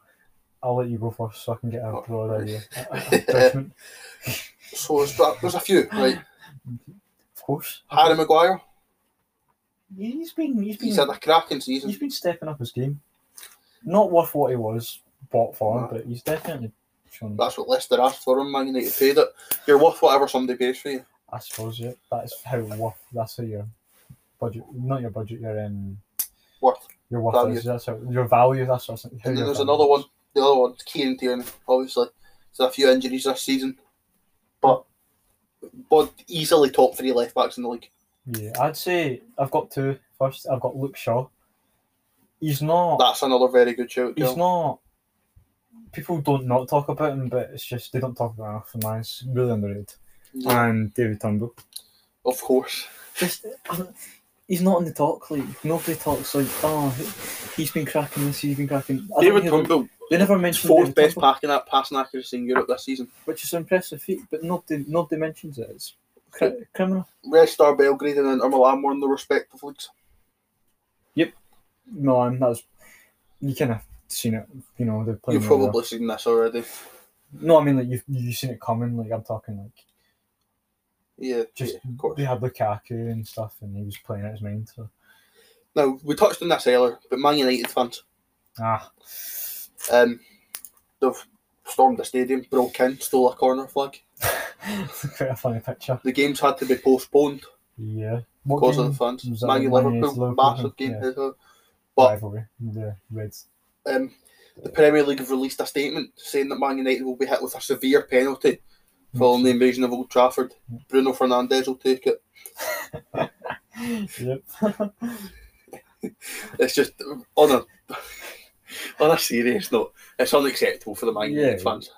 B: I'll let you go first, so I can get a
A: Oh,
B: broad
A: right.
B: idea.
A: [laughs]
B: A- a- a judgment,
A: So it's- there's a few, right?
B: of course.
A: Harry Maguire,
B: He's been he's been
A: he's had a cracking season.
B: he's been stepping up his game. Not worth what he was bought for,
A: No.
B: but he's definitely shown.
A: That's what Leicester asked for him. Man United paid it. You're worth whatever somebody pays for you.
B: I suppose yeah, that's how worth. That's how your budget, not your budget, your um,
A: Worth.
B: your worth
A: Value.
B: is. That's how your value. That's what. How
A: And then
B: your
A: there's
B: value
A: another
B: is.
A: one. The other one's Kieran Tierney, obviously. There's a few injuries this season, but but easily top three left backs in the league.
B: Yeah, I'd say I've got two. First, I've got Luke Shaw. He's not.
A: That's another very good shout.
B: he's
A: Cal.
B: not. People don't not talk about him, but it's just they don't talk about him enough. And that's really underrated.
A: Yeah,
B: And David Turnbull.
A: of course.
B: just I don't- he's not in the talk. Like nobody talks. Like oh, he's been cracking this. He's been cracking. I don't
D: David
B: hear-
D: Turnbull,
B: They never mention
A: Fourth
B: David
A: best
B: Turnbull,
A: packing that passing accuracy in Europe this season.
B: which is an impressive feat. But nobody nobody mentions it. It's cri- criminal.
A: Red Star Belgrade and Inter Milan won the respective leagues.
B: Milan. That was you kind of seen it. You know they're playing.
A: You've
B: really well.
A: probably seen this already.
B: No, I mean like you've you've seen it coming. Like I'm talking like
A: Yeah,
B: just
A: yeah, of course.
B: they had Lukaku and stuff, and he was playing out his mind. So
A: Now we touched on this earlier, but Man United fans,
B: ah, [laughs]
A: um, they've stormed the stadium, broke in, stole a corner flag.
B: quite a funny picture.
A: The games had to be postponed
B: Yeah. What
A: because of
B: game
A: the fans.
B: was
A: Man
B: that?
A: United
B: Man United,
A: Liverpool,
B: Liverpool,
A: massive game.
B: yeah.
A: But-
B: rivalry? The Reds.
A: Um, the Premier League have released a statement saying that Man United will be hit with a severe penalty
B: Mm-hmm.
A: following the invasion of Old Trafford. Bruno Fernandes will take it.
B: yep.
A: It's just on a [laughs] on a serious note, it's unacceptable for the Man United
B: Yeah.
A: fans.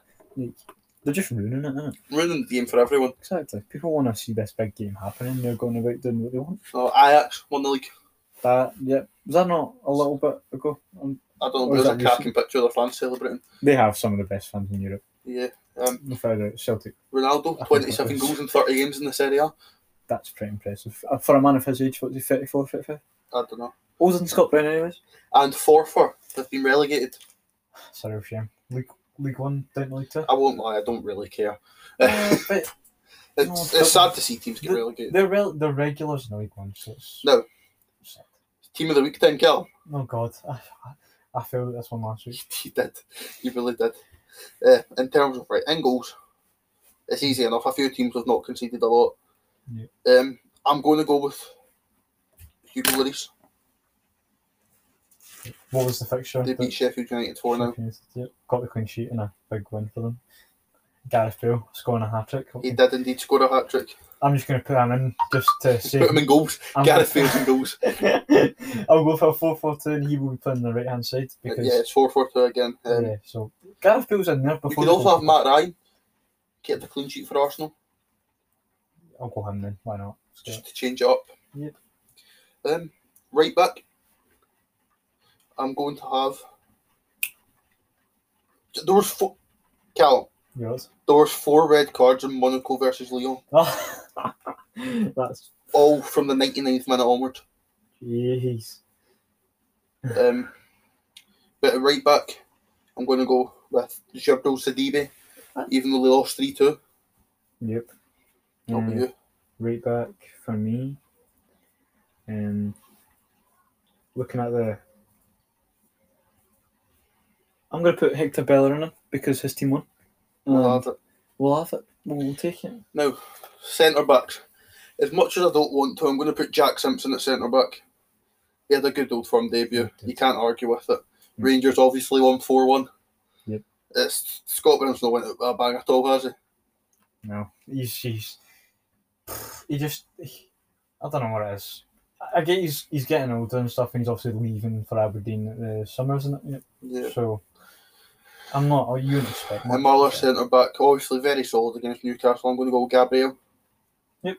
B: They're just ruining it, innit?
A: Ruining the game for everyone.
B: Exactly. People want to see this big game happening. They're going about doing what they want.
A: So Ajax won the league.
B: That, yep. Was that not a little bit ago? Um,
A: I don't know.
B: What was
A: There's a
B: that recent?
A: cracking picture of the fans celebrating.
B: they have some of the best fans in Europe.
A: Yeah. Um,
B: Without doubt, Celtic.
A: Ronaldo,
B: I think
A: 27
B: that
A: goals in 30 games in the Serie A.
B: That's pretty impressive. Uh, For a man of his age, what's he, 34, 35?
A: I don't know.
B: Older than Scott Brown, anyways.
A: And Forfar have been relegated.
B: It's a real shame. League, League 1, down to League 2.
A: I won't lie, I don't really care.
B: [laughs] Uh, but
A: It's,
B: No,
A: it's sad to see teams get
B: the-
A: relegated.
B: They're rel- they're regulars in the League One, so it's
A: No. Team of the week then, Kel. [laughs]
B: Oh God, [laughs] I, I failed at this one last week.
A: You did. You really did. Uh, in terms of right, in goals, it's easy enough. A few teams have not conceded a lot.
B: Yeah.
A: Um, I'm going to go with Hugo Lloris.
B: What was the fixture?
A: They
B: that-
A: beat Sheffield United 4 now.
B: Yep, got the clean sheet and a big win for them. Gareth Bale scoring a hat trick.
A: He did indeed score a hat trick.
B: I'm just going to put him in just to
A: Put
B: save.
A: him in goals.
B: I'm
A: Gareth Bale's in goals.
B: [laughs] I'll go for a 4 4 2 and he will be playing the right hand side [laughs] because.
A: yeah, it's 4 4 2 again. Um,
B: Oh, yeah, so Gareth Bale's in there
A: You
B: before.
A: could
B: the
A: also have
B: goal.
A: Matt Ryan get the clean sheet for Arsenal
B: I'll Oh, go him then, why not? Let's do
A: just
B: it.
A: to change it up.
B: Yep.
A: Um, right back, I'm going to have. There was four. Cal,
B: Yours. [laughs]
A: there was four red cards in Monaco versus Lyon,
B: Oh, that's.
A: all from the 99th minute onward.
B: Jeez.
A: Um, but at right back, I'm going to go with Jibril Sadibe, even though they lost three two.
B: Yep.
A: Not with
B: Mm.
A: you.
B: right back for me. And looking at the, I'm going to put Hector Bellerin in because his team won.
A: We'll
B: Um,
A: have it.
B: we'll have it. We'll take it.
A: Now, centre backs. As much as I don't want to, I'm going to put Jack Simpson at centre back.
E: He had a good old firm debut.
B: He did. Hmm.
E: You can't argue with it. Rangers obviously won 4 1.
B: Yep.
E: It's, Scott Brown's not went out with a bang at all, has he?
B: No, he's, he's he just he- I don't know what it is. I- I get he's he's getting older and stuff, and he's obviously leaving for Aberdeen at the summer, isn't it?
E: Yeah.
B: So I'm not. oh, You wouldn't expect.
E: And
B: much,
E: Muller,
B: but-
E: centre back, obviously very solid against Newcastle. I'm going to go with Gabriel.
B: Yep.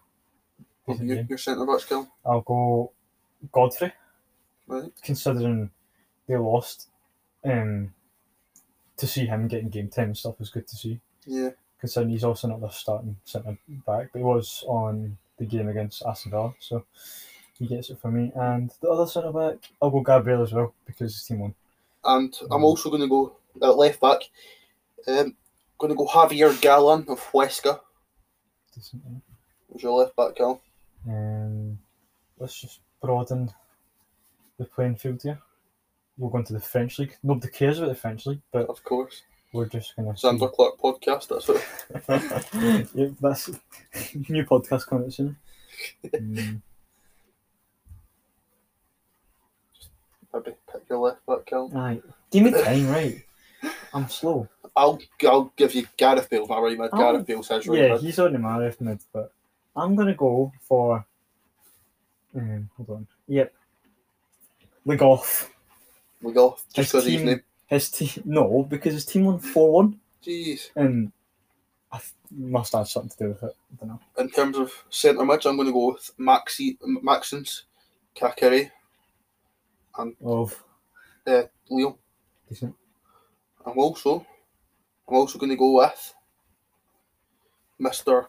E: What about you- your centre back skill.
B: I'll go Godfrey,
E: Right.
B: considering they lost. Um, to see him getting game time and stuff was good to see.
E: Yeah.
B: Considering he's also not their starting centre back, but he was on the game against Aston Villa, so he gets it for me. And the other centre back, I'll go Gabriel as well because his team won.
E: And
B: Hmm.
E: I'm also going to go at left back. Um, going to go Javier Gallan of Huesca.
B: decently.
E: Who's your left back, Cal?
B: Um, let's just broaden the playing field here. We'll go into the French league. Nobody cares about the French league, but
E: Of course.
B: we're just gonna. see-
E: Sandra Clark podcast. That's what.
B: [laughs] yep, that's [laughs] new podcast coming out soon. Mm,
E: Maybe pick your left back, Cal.
B: aye. Give me time, right? I'm slow.
E: I'll I'll give you Gareth Bale's my right mid.
B: Oh.
E: Gareth Bale's his right
B: Yeah,
E: mid.
B: he's already my left mid, but I'm gonna go for. Um, hold on. Yep. Leg off.
E: We go just
B: His
E: because his
B: team-
E: name.
B: His team. No, because his team won 4 1.
E: Jeez.
B: and I th- must have something to do with it. I don't know.
E: In terms of centre mid, I'm going to go with Maxi Maxence, Kakere,
B: Of
E: uh, Leo.
B: Oh, decent.
E: I'm also I'm also going to go with Mr.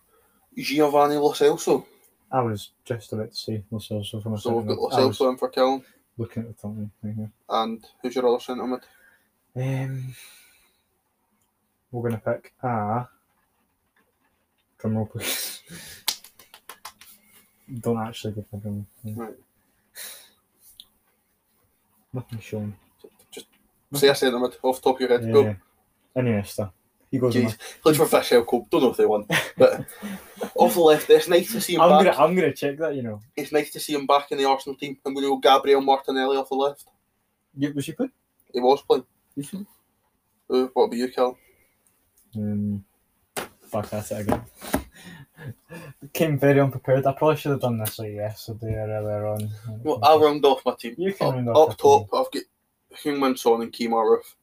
E: Giovanni Lo Celso.
B: I was just about to say Lo Celso for
E: So
B: myself.
E: we've got Lo
B: I was
E: Celso in for Kiln.
B: looking at the Tottenham thing
E: And who's your other centre mid?
B: here. Um, we're gonna pick a drum roll, please. don't actually give me a drum roll.
E: Right.
B: Nothing shown.
E: Say a centre mid off the top of your head.
B: Yeah.
E: Go.
B: Iniesta. He goes. in
E: Jeez. Played for Fish Elco. Don't know if they
B: [laughs]
E: won. But off the left, it's nice to see
B: there.
E: him
B: I'm
E: back.
B: gonna. I'm gonna check that. You know.
E: It's nice to see him back in the Arsenal team. I'm going to go Gabriel Martinelli off the left.
B: Yeah, was you good?
E: He was playing.
B: You should.
E: Uh, what about you, Cal?
B: Um, fuck, that's it again. [laughs] Came very unprepared. I probably should have done this like yesterday or earlier on.
E: Well, I'll round off my team.
B: You can
E: up,
B: round off
E: up
B: your
E: top, I've got Heung-Min Son and Kemar Roof.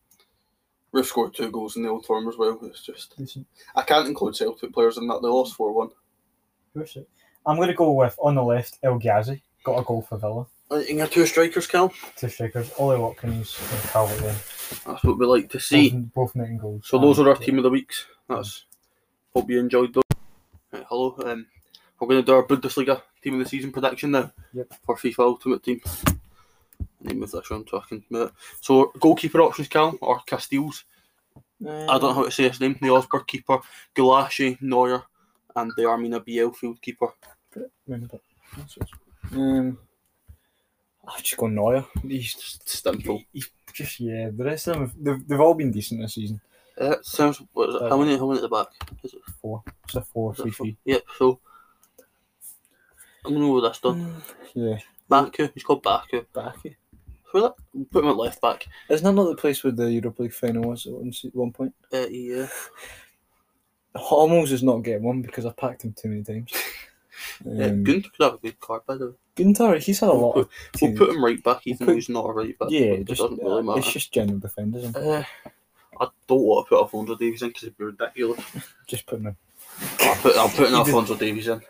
E: Roof scored two goals in the old firm as well. It's just
B: Decent.
E: I can't include Celtic players in that. They lost 4 1.
B: Who's it? I'm going to go with, on the left, El Ghazi. Got a goal for Villa.
E: And your two strikers, Cal?
B: Two strikers, Ollie Watkins and Calvert Lewin.
E: That's what we like to see.
B: Both, both netting goals.
A: So those
B: And-
A: are our team of the weeks. That's hope you enjoyed those. Right, hello. Um, we're going to do our Bundesliga team of the season prediction now
B: Yep.
A: for FIFA Ultimate Team. Let me move this around so I can move it. So goalkeeper options, Cal or Castiles. I don't know how to say his name. The Osberg keeper, Gulashi, Neuer, and the Armina BL field keeper.
B: Remember that. Um, I've just gone Neuer. He's
A: Just simple.
B: he- he's just, yeah, the rest of them, have- they've, they've all been decent this season.
A: Uh, sounds. What is it? How many? How many at the back? Is it
B: Four. It's a four,
A: Is it
B: three,
A: four?
B: three.
A: Yep, so I'm gonna go with this done.
B: Yeah.
A: Baku, he's called Baku.
B: Backy.
A: Who that? Put him at left back.
B: Isn't that not the place where the Europa League final was at one, se- one point?
A: Uh, yeah.
B: Almost is not getting one because I packed him too many times.
A: [laughs]
B: Um,
A: yeah. Gunter Uh, could have a good card by the way.
B: Gunter, he's had a lot of.
A: We'll
B: teams.
A: put him right back, even
B: put-
A: though he's not a right back.
B: yeah,
A: but
B: just, uh,
A: it doesn't really matter.
B: it's just general defenders. I'm
A: Uh, I don't want to put Alfonso Davies in because it'd be ridiculous.
B: just putting [laughs] him.
A: I'll put, I'm putting
B: You did-
A: Alfonso Davies in.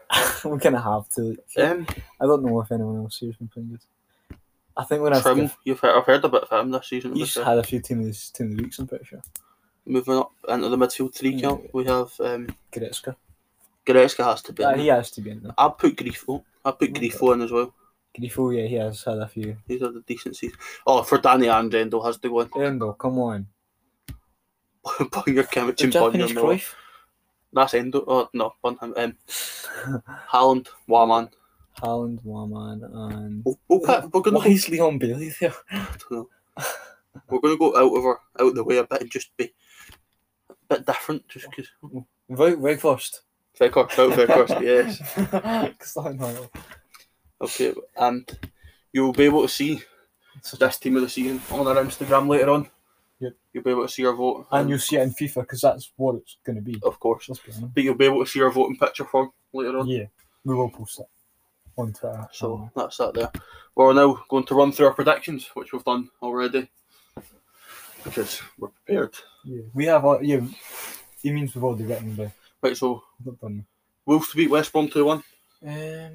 B: We're gonna have to. Like,
A: Um,
B: I don't know if anyone else here's been playing good. I think we're gonna have to
A: Trim,
B: give-
A: you've heard, I've heard a bit of him this season.
B: He's
A: obviously.
B: had a few team of the team of the weeks. I'm pretty sure.
A: Moving up into the midfield three count, we have um,
B: Goretzka.
A: Goretzka has to be.
B: Yeah,
A: in.
B: Uh, he Oh, has to be in there.
A: I'll put Grifo. I'll put Grifo in as well.
B: Grifo, yeah, he has had a few.
A: He's had a decent season. Oh, for Danny Andrendo has to go [laughs] in.
B: Endo, come on.
A: Bunger, Kimmich,
B: The
A: and Bunger.
B: Japanese
A: Miller.
B: Cruyff.
A: That's Endo. Oh, no, bun him. Um, Haaland, wow, man.
B: Haaland, Waman, and.
A: We'll, we'll pick, we're going
B: Why
A: to
B: is Leon Bailey there?
A: go. We're going to go out of our, out the way a bit and just be a bit different, just because.
B: Right, right first. [laughs]
A: [laughs] Faircourt, out Faircourt, yes.
B: Because I know.
A: Okay, and You'll be able to see
B: It's-
A: this team of the season on our Instagram later on.
B: Yep.
A: You'll be able to see our vote.
B: And you'll see it in FIFA because that's what it's going to be.
A: Of course.
B: Let's be honest.
A: But you'll be able to see our voting picture form later on.
B: Yeah, we will post it on Twitter.
A: So that's that there. We're now going to run through our predictions, which we've done already. Because we're prepared.
B: yeah, we have. Our, yeah, he means we've already written the.
A: Right, so
B: Not done.
A: Wolves to beat West Brom 2 1.
B: Um,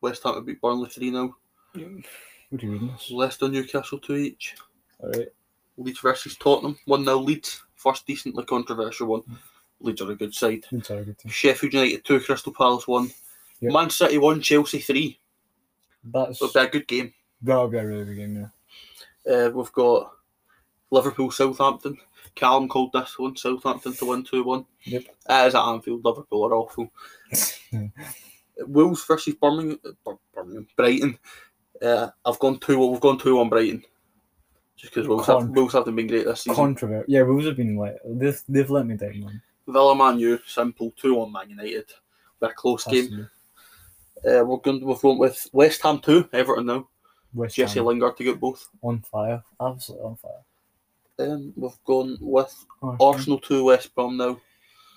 A: West Ham to beat Burnley 3 0.
B: what are you reading? This?
A: Leicester Newcastle 2 each.
B: All right.
A: Leeds versus Tottenham 1 0 Leeds. First decently controversial one. Leeds are a good side.
B: It's all good. Team.
A: Sheffield United 2, Crystal Palace 1.
B: Yep.
A: Man City 1, Chelsea 3.
B: That's
A: It'll be a good game.
B: that'll be a really good game. Yeah.
A: Uh, we've got Liverpool, Southampton. Callum called this one, Southampton to win 2 1.
B: Yep.
A: That is at Anfield, Liverpool are awful. [laughs] Wolves versus Birmingham, Bir- Birmingham Brighton. Uh, I've gone 2 1. We've gone 2 1 Brighton. Just because Wolves, have,
B: Con-
A: Wolves haven't been great this season.
B: Controversial. Yeah, Wolves have been like they've they've let me down. Man.
A: Villa Man U, simple 2 1 Man United. Be a close game.
B: Possibly.
A: Uh, we're going, we've gone with West Ham 2, Everton now.
B: West
A: Jesse
B: Ham
A: Lingard to get both.
B: on fire, absolutely on fire.
A: Um, we've gone with
B: Arsenal.
A: Arsenal two West Brom now.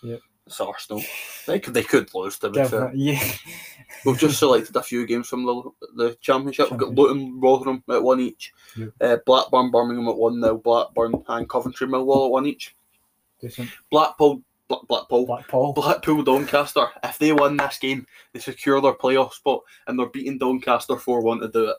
B: Yep.
A: It's Arsenal. They could they could lose to be fair.
B: Definitely. Yeah. [laughs]
A: We've just selected a few games from the the championship. We've got
B: Championship.
A: Luton, Rotherham at one each.
B: Yep.
A: Uh, Blackburn, Birmingham at one now. Blackburn and Coventry, Millwall at one each.
B: Decent.
A: Blackpool, Bla- Blackpool,
B: Blackpool.
A: Blackpool, Doncaster. If they win this game, they secure their playoff spot, and they're beating Doncaster four one to do it.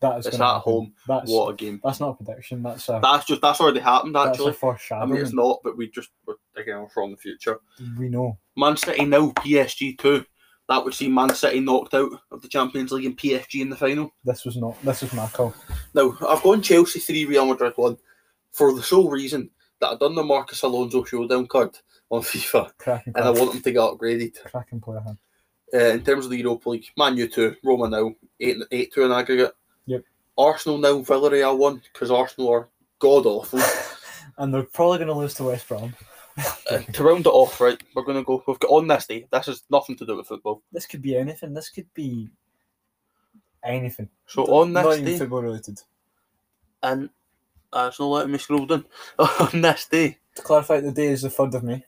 B: That is
A: It's
B: gonna
A: at
B: happen.
A: home.
B: That's
A: What a game!
B: that's not a prediction. That's a
A: That's just that's already happened
B: that's a
A: actually. I
B: foreshadowing.
A: mean, it's not, but we just we're again from the future.
B: we know.
A: Man City nil, PSG two. That would see Man City knocked out of the Champions League and PSG in the final.
B: This was not. This was my call.
A: Now I've gone Chelsea three, Real Madrid one, for the sole reason that I've done the Marcus Alonso showdown card on [laughs] FIFA,
B: Cracking.
A: and I
B: player.
A: want them to get upgraded.
B: Cracking player. huh?
A: Uh, in terms of the Europa League, Man U two, Roma now eight eight two in aggregate.
B: Yep.
A: Arsenal now, Villarreal one because Arsenal are god
B: [laughs]
A: awful.
B: And they're probably going to lose to West Brom.
A: Uh, to round it off, right, we're gonna go. We've got on this day. This has nothing to do with football.
B: This could be anything. This could be anything.
A: So on
B: not
A: this
B: even
A: day,
B: football related.
A: and uh, it's not letting me scroll down. [laughs] on this day,
B: To clarify, the day is the third of May.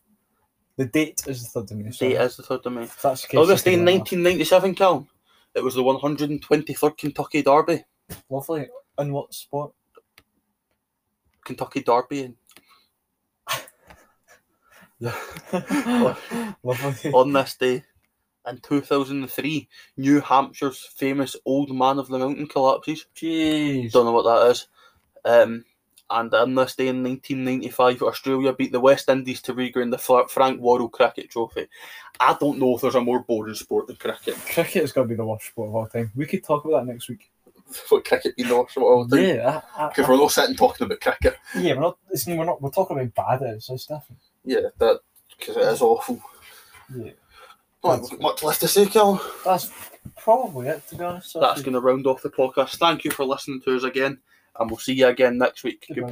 B: The date is the third of May.
A: Day
B: sorry.
A: is the third of May.
B: If that's the case,
A: Oh, this
B: you
A: day in
B: can write
A: 1997, Cal. It was the 123rd Kentucky Derby.
B: that. Lovely. And what
A: [laughs]
B: sport?
A: Kentucky Derby. [laughs]
B: Lovely.
A: On this day, in 2003, New Hampshire's famous Old Man of the Mountain collapses.
B: Jeez.
A: Don't know what that is. Um, and on this day in 1995, Australia beat the West Indies to regain the Fra- Frank Worrell Cricket Trophy. I don't know if there's a more boring sport than cricket. [laughs]
B: Cricket is going to be the worst sport of all time. We could talk about that next week.
A: For cricket, you know, sort of thing.
B: Yeah, I, I,
A: Because we're not sitting talking about cricket.
B: I- yeah, we're not. It's, we're not. We're talking about bad. It's it's different.
A: Yeah, that because it is awful.
B: Yeah.
A: Not much left to say, Cal.
B: That's probably it. To be honest,
A: That's going to round off the podcast. Thank you for listening to us again, and we'll see you again next week.
B: Goodbye.
A: Goodbye.